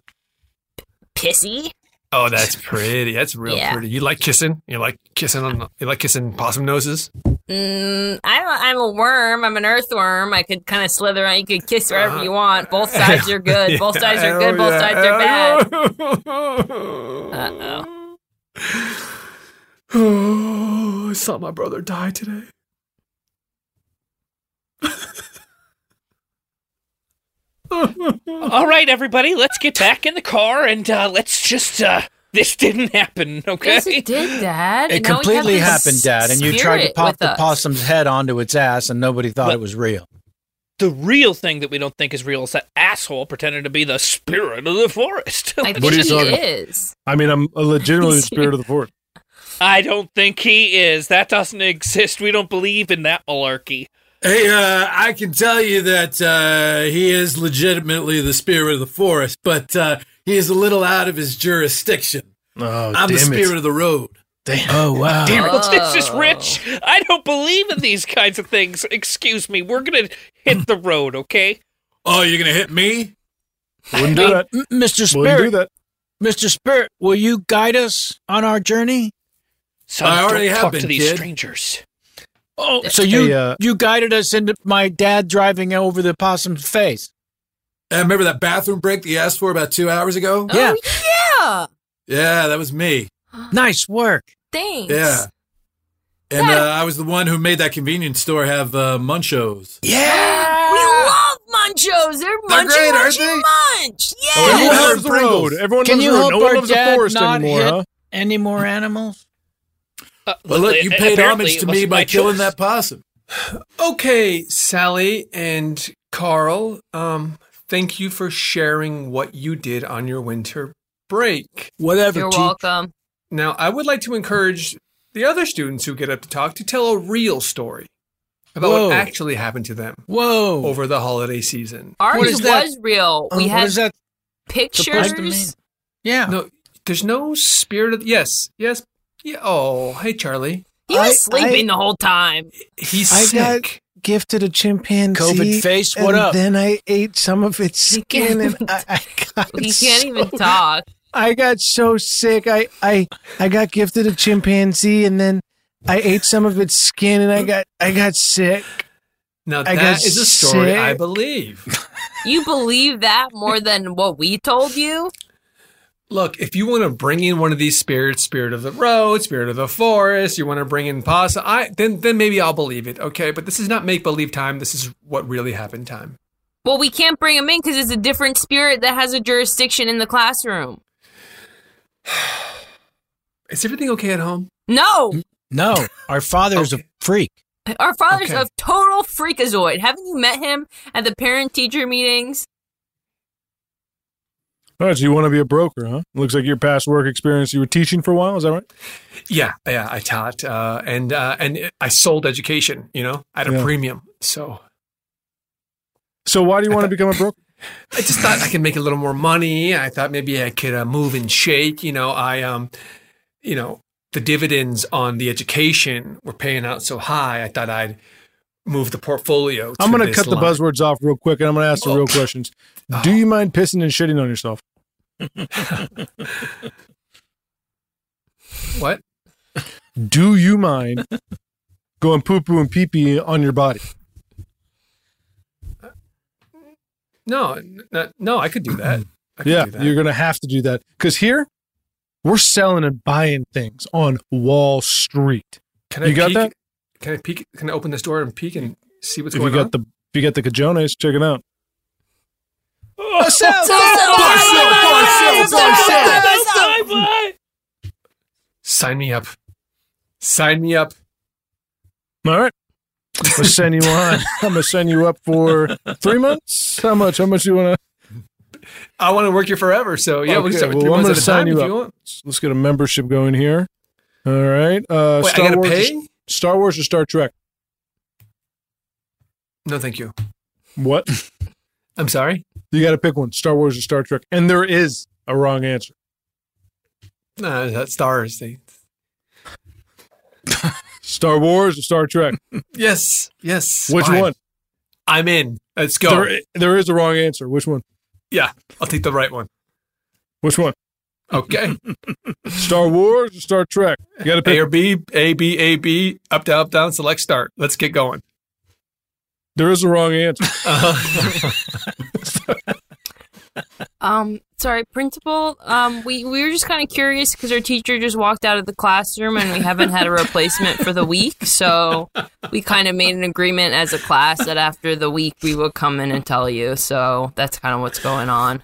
Pissy?
Oh, that's pretty. That's real
Yeah.
pretty. You like kissing? You like kissing on? You like kissing possum noses?
Mm, I don't, I'm a worm. I'm an earthworm. I could kind of slither on. You could kiss wherever you want. Both sides are good. Both sides are good. Both sides are bad. Uh oh.
Oh, I saw my brother die today.
All right, everybody, let's get back in the car and uh, let's just. Uh, this didn't happen, okay?
Yes, it did, Dad.
It
Now we have
completely
this
happened, Dad, and you tried to
spirit
pop
with
the
us.
possum's head onto its ass, and nobody thought it was real.
The real thing that we don't think is real is that asshole pretending to be the spirit of the forest.
I think he is.
I mean, I'm a legitimately the spirit of the forest.
I don't think he is. That doesn't exist. We don't believe in that malarkey.
Hey, uh, I can tell you that uh, he is legitimately the spirit of the forest, but uh, he is a little out of his jurisdiction.
Oh,
I'm the
damn it.
spirit of the road.
Damn.
Oh wow.
Damn it. This is rich. I don't believe in these kinds of things. Excuse me. We're going to hit the road, okay?
Oh, you're gonna hit me?
Wouldn't
do that, Mr. Spirit. Mr. Spirit, will you guide us on our journey?
Son,
I already
don't
have
talk
been,
to these
kid.
strangers.
Oh, so you
Hey, uh,
you guided us into my dad driving over the possum's face.
Uh, remember that bathroom break that you asked for about two hours ago?
Yeah.
Yeah.
Yeah, that was me.
Nice work.
Thanks.
Yeah. And uh, I was the one who made that convenience store have uh, munchos.
Yeah. We love munchos. They're munchy,
great, aren't
munchy,
they?
munch. Yeah.
Everyone
Everyone loves
loves Oh, the
the
road. Everyone
Can
loves
you
the road.
help
No one
our
loves the
dad
forest
not
anymore,
hit
huh?
any more animals?
Well, look, you
Uh,
paid
apparently
homage
it
to me
wasn't
by
my
killing
choice.
that possum.
Okay, Sally and Carl, um, thank you for sharing what you did on your winter break.
Whatever.
You're welcome.
Now, I would like to encourage the other students who get up to talk to tell a real story about
Whoa.
what actually happened to them
Whoa.
over the holiday season.
What
Ours
is that?
was real.
Oh,
We
what
had
is that supposed to mean?
pictures.
Yeah.
No, there's no spirit of yes, yes, yeah. Oh, hey, Charlie,
He was
I-
sleeping the whole time.
he's
I
sick.
got gifted a chimpanzee.
COVID face, what
and
up?
Then I ate some of its
He
skin, and
can't-
I, I got.
He can't
so-
even talk.
I got so sick. I I I got gifted a chimpanzee, and then I ate some of its skin, and I got I got sick.
Now
I
that
got
is a story I
sick.
believe.
You believe that more than what we told you?
Look, if you want to bring in one of these spirits, spirit of the road, spirit of the forest, you want to bring in pasta, I then then maybe I'll believe it. Okay, but this is not make believe time. This is what really happened time.
Well, we can't bring him in because it's a different spirit that has a jurisdiction in the classroom.
Is everything okay at home?
No,
No, our father is a freak.
our father's
Okay.
a total freakazoid. Haven't you met him at the parent-teacher meetings?
All right, Oh, so you want to be a broker, huh? Looks like your past work experience. You were teaching for a while, is that right?
Yeah, yeah, I taught uh, and uh, and it- I sold education. You know, at a
Yeah.
premium. So
So why do you want to become a broker?
I just thought I could make a little more money. I thought maybe I could uh, move and shake. You know, I um, you know, the dividends on the education were paying out so high. I thought I'd move the portfolio. To Oh.
I'm going to
this
cut the
line.
buzzwords off real quick, and I'm going to ask the real questions. Do you mind pissing and shitting on yourself?
What?
Do you mind going poo poo and pee pee on your body?
No, n- n- no, I could do that. I could
yeah,
do that.
you're going to have to do that because here we're selling and buying things on Wall Street.
Can
you got
peek?
that?
Can I peek? Can I open this door and peek and see what's
if you
going
got
on?
the if you got the cajones, check it out.
Sign me up. Sign me up.
All right. I'm gonna send you on. I'm gonna send you up for three months. How much? How much do you want
to? I want to work you forever. So yeah, okay, we can start with well, three months at a time if you want.
Let's get a membership going here. All right.
Uh, Wait, Star I gotta Wars pay.
Or, Star Wars or Star Trek?
No, thank you.
What?
I'm sorry.
You got to pick one: Star Wars or Star Trek. And there is a wrong answer.
No, that stars. They...
Star Wars or Star Trek?
yes, yes.
Which fine. one?
I'm in. Let's go.
There, there is a wrong answer. Which one?
Yeah, I'll take the right one.
Which one?
Okay.
Star Wars or Star Trek? You got to pick
A or B, A, B, A, B, up, down, up, down, select, start. Let's get going.
There is a wrong answer. Uh-huh.
um, sorry, principal. Um, we, we were just kind of curious because our teacher just walked out of the classroom and we haven't had a replacement for the week. So we kind of made an agreement as a class that after the week we would come in and tell you. So that's kind of what's going on.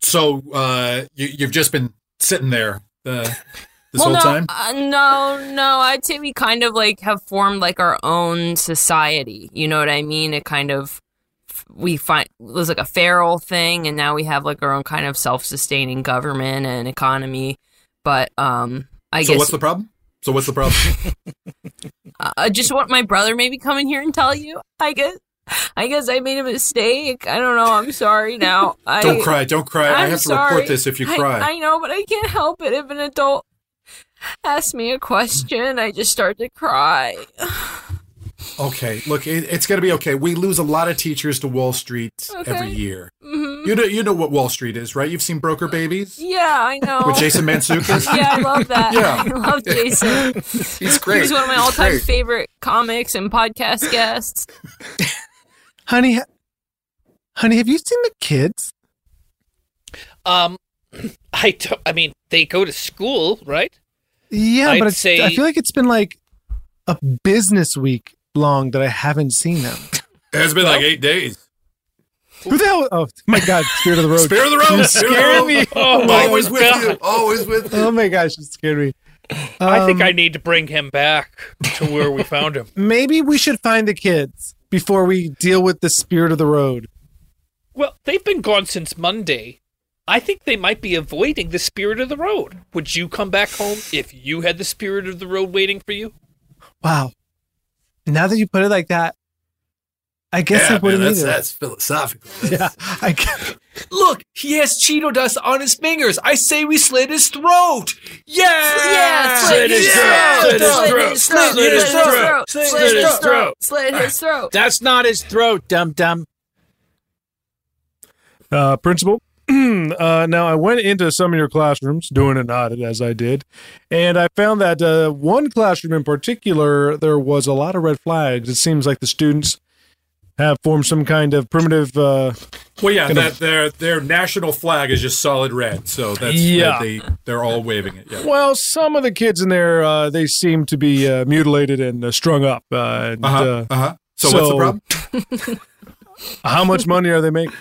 So uh, you, have just been sitting there. Uh, this well, whole
no,
time? Uh,
no, no. I'd say we kind of like have formed like our own society. You know what I mean? It kind of we find it was like a feral thing, and now we have like our own kind of self-sustaining government and economy. But um, I
so
guess.
what's the problem? So what's the problem?
I uh, just want my brother maybe come in here and tell you. I guess. I guess I made a mistake. I don't know. I'm sorry now. I,
don't cry. Don't cry.
I'm
i have
sorry.
to report this if you cry.
I, I know, but I can't help it. If an adult ask me a question, I just start to cry.
okay, look, it, it's going to be okay. We lose a lot of teachers to Wall Street okay. every year. Mm-hmm. You know, you know what Wall Street is, right? You've seen Broker Babies.
Yeah, I know.
With Jason Mantzoukas.
yeah, I love that. Yeah. I love Jason.
He's great.
He's one of my
He's
all-time
great.
favorite comics and podcast guests.
honey, ha- honey, have you seen the kids?
Um, I don't. I mean, they go to school, right?
Yeah, I'd but say, I feel like it's been like a business week long that I haven't seen them.
It's been well, like eight days.
Who the hell? Oh my God! Spirit of the road.
Spirit of the road. You
scared me.
Oh, always with you. Always with you.
Oh my gosh, you scared me.
Um, I think I need to bring him back to where we found him.
Maybe we should find the kids before we deal with the spirit of the road.
Well, they've been gone since Monday. I think they might be avoiding the spirit of the road. Would you come back home if you had the spirit of the road waiting for you?
Wow. Now that you put it like that, I guess
yeah,
I wouldn't
man,
that's,
that's, philosophical. That's...
Yeah, I guess.
Look, he has Cheeto dust on his fingers. I say we slit his throat. Yeah,
yeah,
slit his throat,
slit his throat, slit his throat, slit his throat.
That's not his throat, dum dum.
Uh, principal. Uh, now I went into some of your classrooms, doing an audit as I did, and I found that uh, one classroom in particular there was a lot of red flags. It seems like the students have formed some kind of primitive. Uh,
well, yeah, that, of, their their national flag is just solid red, so that's yeah. they they're all waving it. Yeah.
Well, some of the kids in there uh, they seem to be uh, mutilated and strung up. uh, And,
uh-huh, uh-huh. So, so what's the problem?
how much money are they making?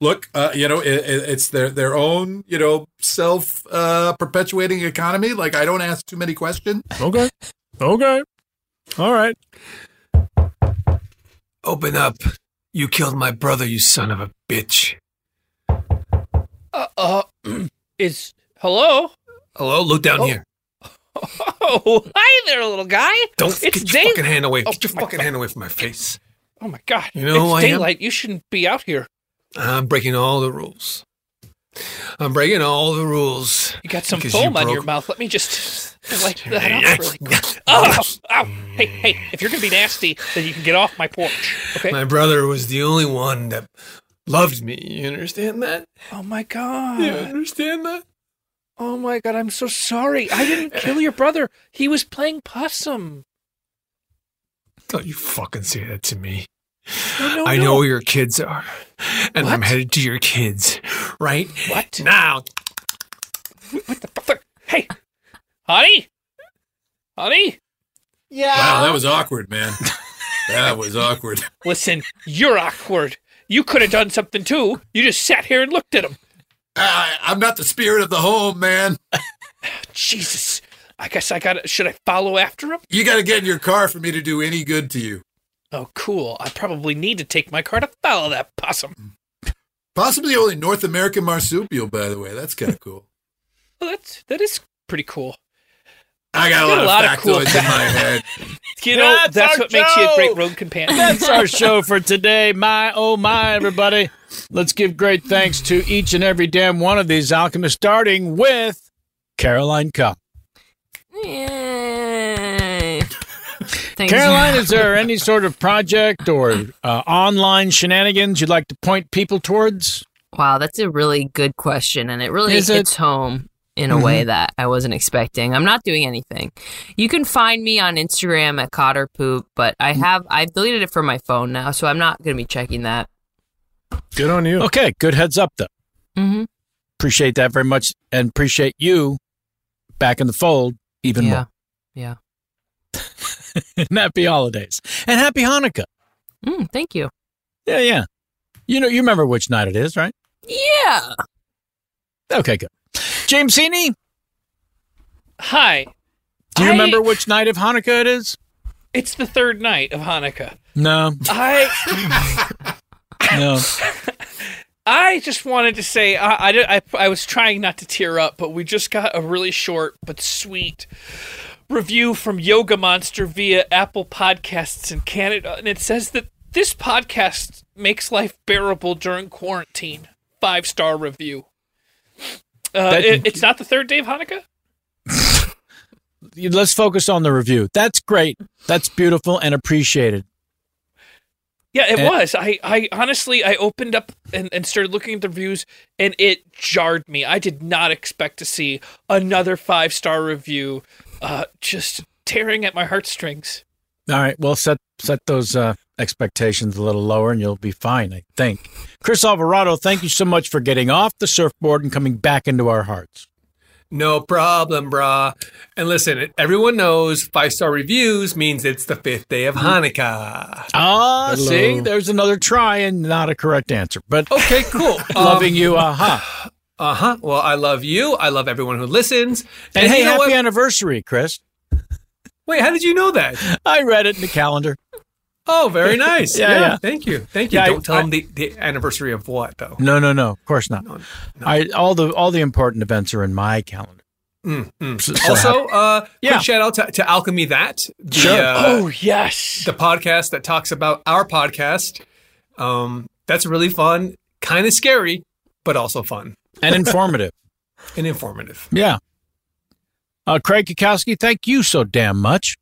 look, uh, you know, it, it, it's their their own, you know, self uh, perpetuating economy. Like I don't ask too many questions.
Okay, okay, all right.
Open up! You killed my brother, you son of a bitch.
Uh, uh is hello?
Hello, look down oh. here.
Oh, hi there, little guy.
Don't it's get your day- fucking hand away. Oh, get your fucking God. hand away from my face.
Oh my God!
You know
it's daylight.
Am?
You shouldn't be out here.
I'm breaking all the rules. I'm breaking all the rules.
You got some foam you on broke. your mouth. Let me just like that up really quick. Oh, oh, hey, hey! If you're gonna be nasty, then you can get off my porch. Okay.
My brother was the only one that loved me. You understand that?
Oh my god!
You understand that?
Oh my god! I'm so sorry. I didn't kill your brother. He was playing possum.
Don't you fucking say that to me. No, no, I no. know where your kids are, and what? I'm headed to your kids right
what?
now.
What the fuck? Hey, honey, honey.
Yeah.
Wow, that was awkward, man. that was awkward.
Listen, you're awkward. You could have done something too. You just sat here and looked at him.
Uh, I'm not the spirit of the home, man.
Jesus. I guess I got to should I follow after him?
You got to get in your car for me to do any good to you.
Oh, cool. I probably need to take my car to follow that
Mm.
possum.
Possibly only North American marsupial, by the way. That's kind of cool.
well, Oh, that's that is pretty cool.
I got, got a lot, of, factoids cool in my head.
you know, that's, that's what show. makes you a great road companion.
That's our show for today. My, oh my, everybody. Let's give great thanks to each and every damn one of these alchemists, starting with Caroline Cup.
Yay. Thanks.
Caroline, is there any sort of project or uh, online shenanigans you'd like to point people towards?
Wow, that's a really good question, and it really is hits it? home in a mm-hmm. way that I wasn't expecting. I'm not doing anything. You can find me on Instagram at Cotter Poop, but I have I've deleted it from my phone now, so I'm not going to be checking that.
Good on you.
Okay, good heads up though. Mm-hmm. Appreciate that very much, and appreciate you back in the fold even
yeah.
more.
Yeah.
and happy holidays and happy Hanukkah.
Mm, thank you.
Yeah, yeah. You know, you remember which night it is, right?
Yeah.
Okay, good. James Heaney?
Hi.
Do you I, remember which night of Hanukkah it is?
It's the third night of Hanukkah.
No.
I.
no.
I just wanted to say I, I, I, I, was trying not to tear up, but we just got a really short but sweet review from Yoga Monster via Apple Podcasts in Canada, and it says that this podcast makes life bearable during quarantine. Five star review. Uh, that, it, it's not the third day of Hanukkah.
Let's focus on the review. That's great. That's beautiful and appreciated.
Yeah,
Eh.
it and, was. I, I honestly, I opened up and, and started looking at the reviews, and it jarred me. I did not expect to see another five star review, uh, just tearing at my heartstrings.
All right, well set set those uh, expectations a little lower, and you'll be fine, I think. Chris Alvarado, thank you so much for getting off the surfboard and coming back into our hearts.
No problem, brah. And listen, everyone knows five star reviews means it's the fifth day
Mm-hmm.
of Hanukkah.
Ah, Hello. see, there's another try and not a correct answer. But
okay, cool.
loving um, you, aha.
Uh-huh. uh-huh. Well, I love you. I love everyone who listens.
And, and hey, happy anniversary, Chris.
Wait, how did you know that?
I read it in the calendar.
Oh, very nice. yeah, yeah, yeah, Thank you. Thank you. Yeah, Don't I, tell I, them the, the anniversary of what though.
No, no, no. Of course not. No, no. I all the all the important events are in my calendar.
Mm, mm. So, so also, uh, yeah. quick shout out to, to Alchemy That.
The, sure. Uh, oh yes,
the podcast that talks about our podcast. Um, that's really fun, kind of scary, but also fun
and informative.
and informative.
Yeah. Uh, Craig Kukowski, thank you so damn much.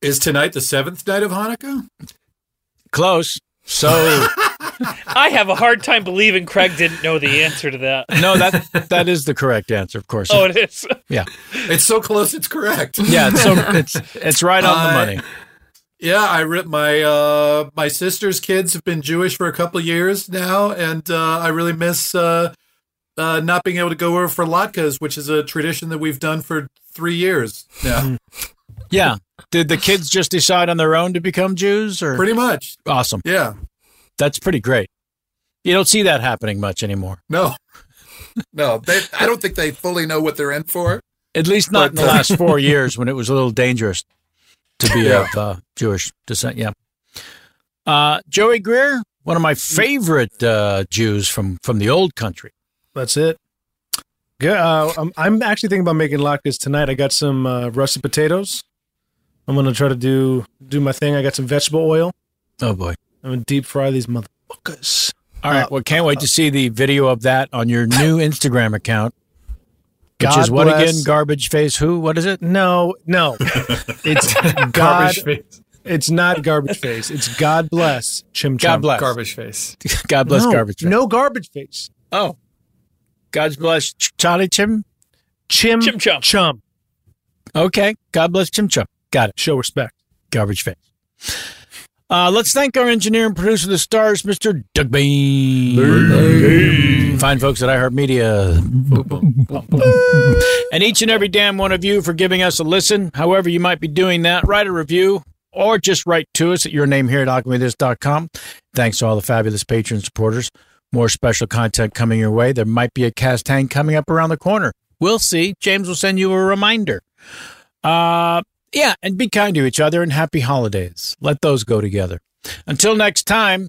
Is tonight the seventh night of Hanukkah?
Close. So
I have a hard time believing Craig didn't know the answer to that.
No, oh, that that is the correct answer, of course.
Oh, it is.
Yeah,
it's so close. It's correct.
Yeah, it's so it's it's right on uh, the money.
Yeah, I rip my uh, my sister's kids have been Jewish for a couple years now, and uh, I really miss uh, not being able to go over for latkes, which is a tradition that we've done for three years now.
yeah, did the kids just decide on their own to become Jews or
pretty much
awesome
yeah
that's pretty great you don't see that happening much anymore
no no they, I don't think they fully know what they're in for
at least not but, in the uh, last four years when it was a little dangerous to be yeah. of uh, Jewish descent yeah uh, Joey Greer one of my favorite uh, Jews from from the old country
that's it Good. uh, I'm, I'm, actually thinking about making latkes tonight. I got some russet potatoes. I'm gonna try to do do my thing. I got some vegetable oil.
Oh boy,
I'm gonna deep fry these motherfuckers.
All right, uh, well, can't wait uh, to see the video of that on your new Instagram account. Which God is what bless. again? Garbage face? Who? What is it?
No, no, it's God. garbage face. It's not garbage face. It's God bless Chim Chim.
God bless
garbage face.
God bless
no,
garbage. Face.
No garbage face.
Oh, God bless Charlie Chim.
Chim
Chim Chum.
Chum.
Okay, God bless Chim Chum. Got it.
Show respect.
Garbage face. Uh, let's thank our engineer and producer of the stars, Mr. Doug Bain. Bain. Fine folks at iHeartMedia. and each and every damn one of you for giving us a listen. However, you might be doing that, write a review or just write to us at your name here at alchemythis.com. Thanks to all the fabulous patron supporters. More special content coming your way. There might be a cast hang coming up around the corner. We'll see. James will send you a reminder.
Uh, yeah, and be kind to each other and happy holidays. Let those go together. Until next time.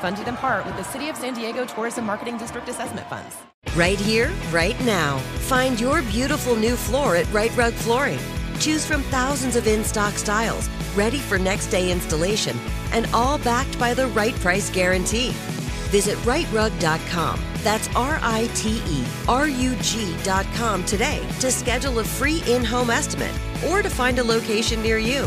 Funded in part with the City of San Diego Tourism Marketing District Assessment Funds.
Right here, right now. Find your beautiful new floor at Right Rug Flooring. Choose from thousands of in stock styles, ready for next day installation, and all backed by the right price guarantee. Visit rightrug.com. That's R I T E R U G.com today to schedule a free in home estimate or to find a location near you.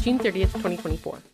June 30th, 2024.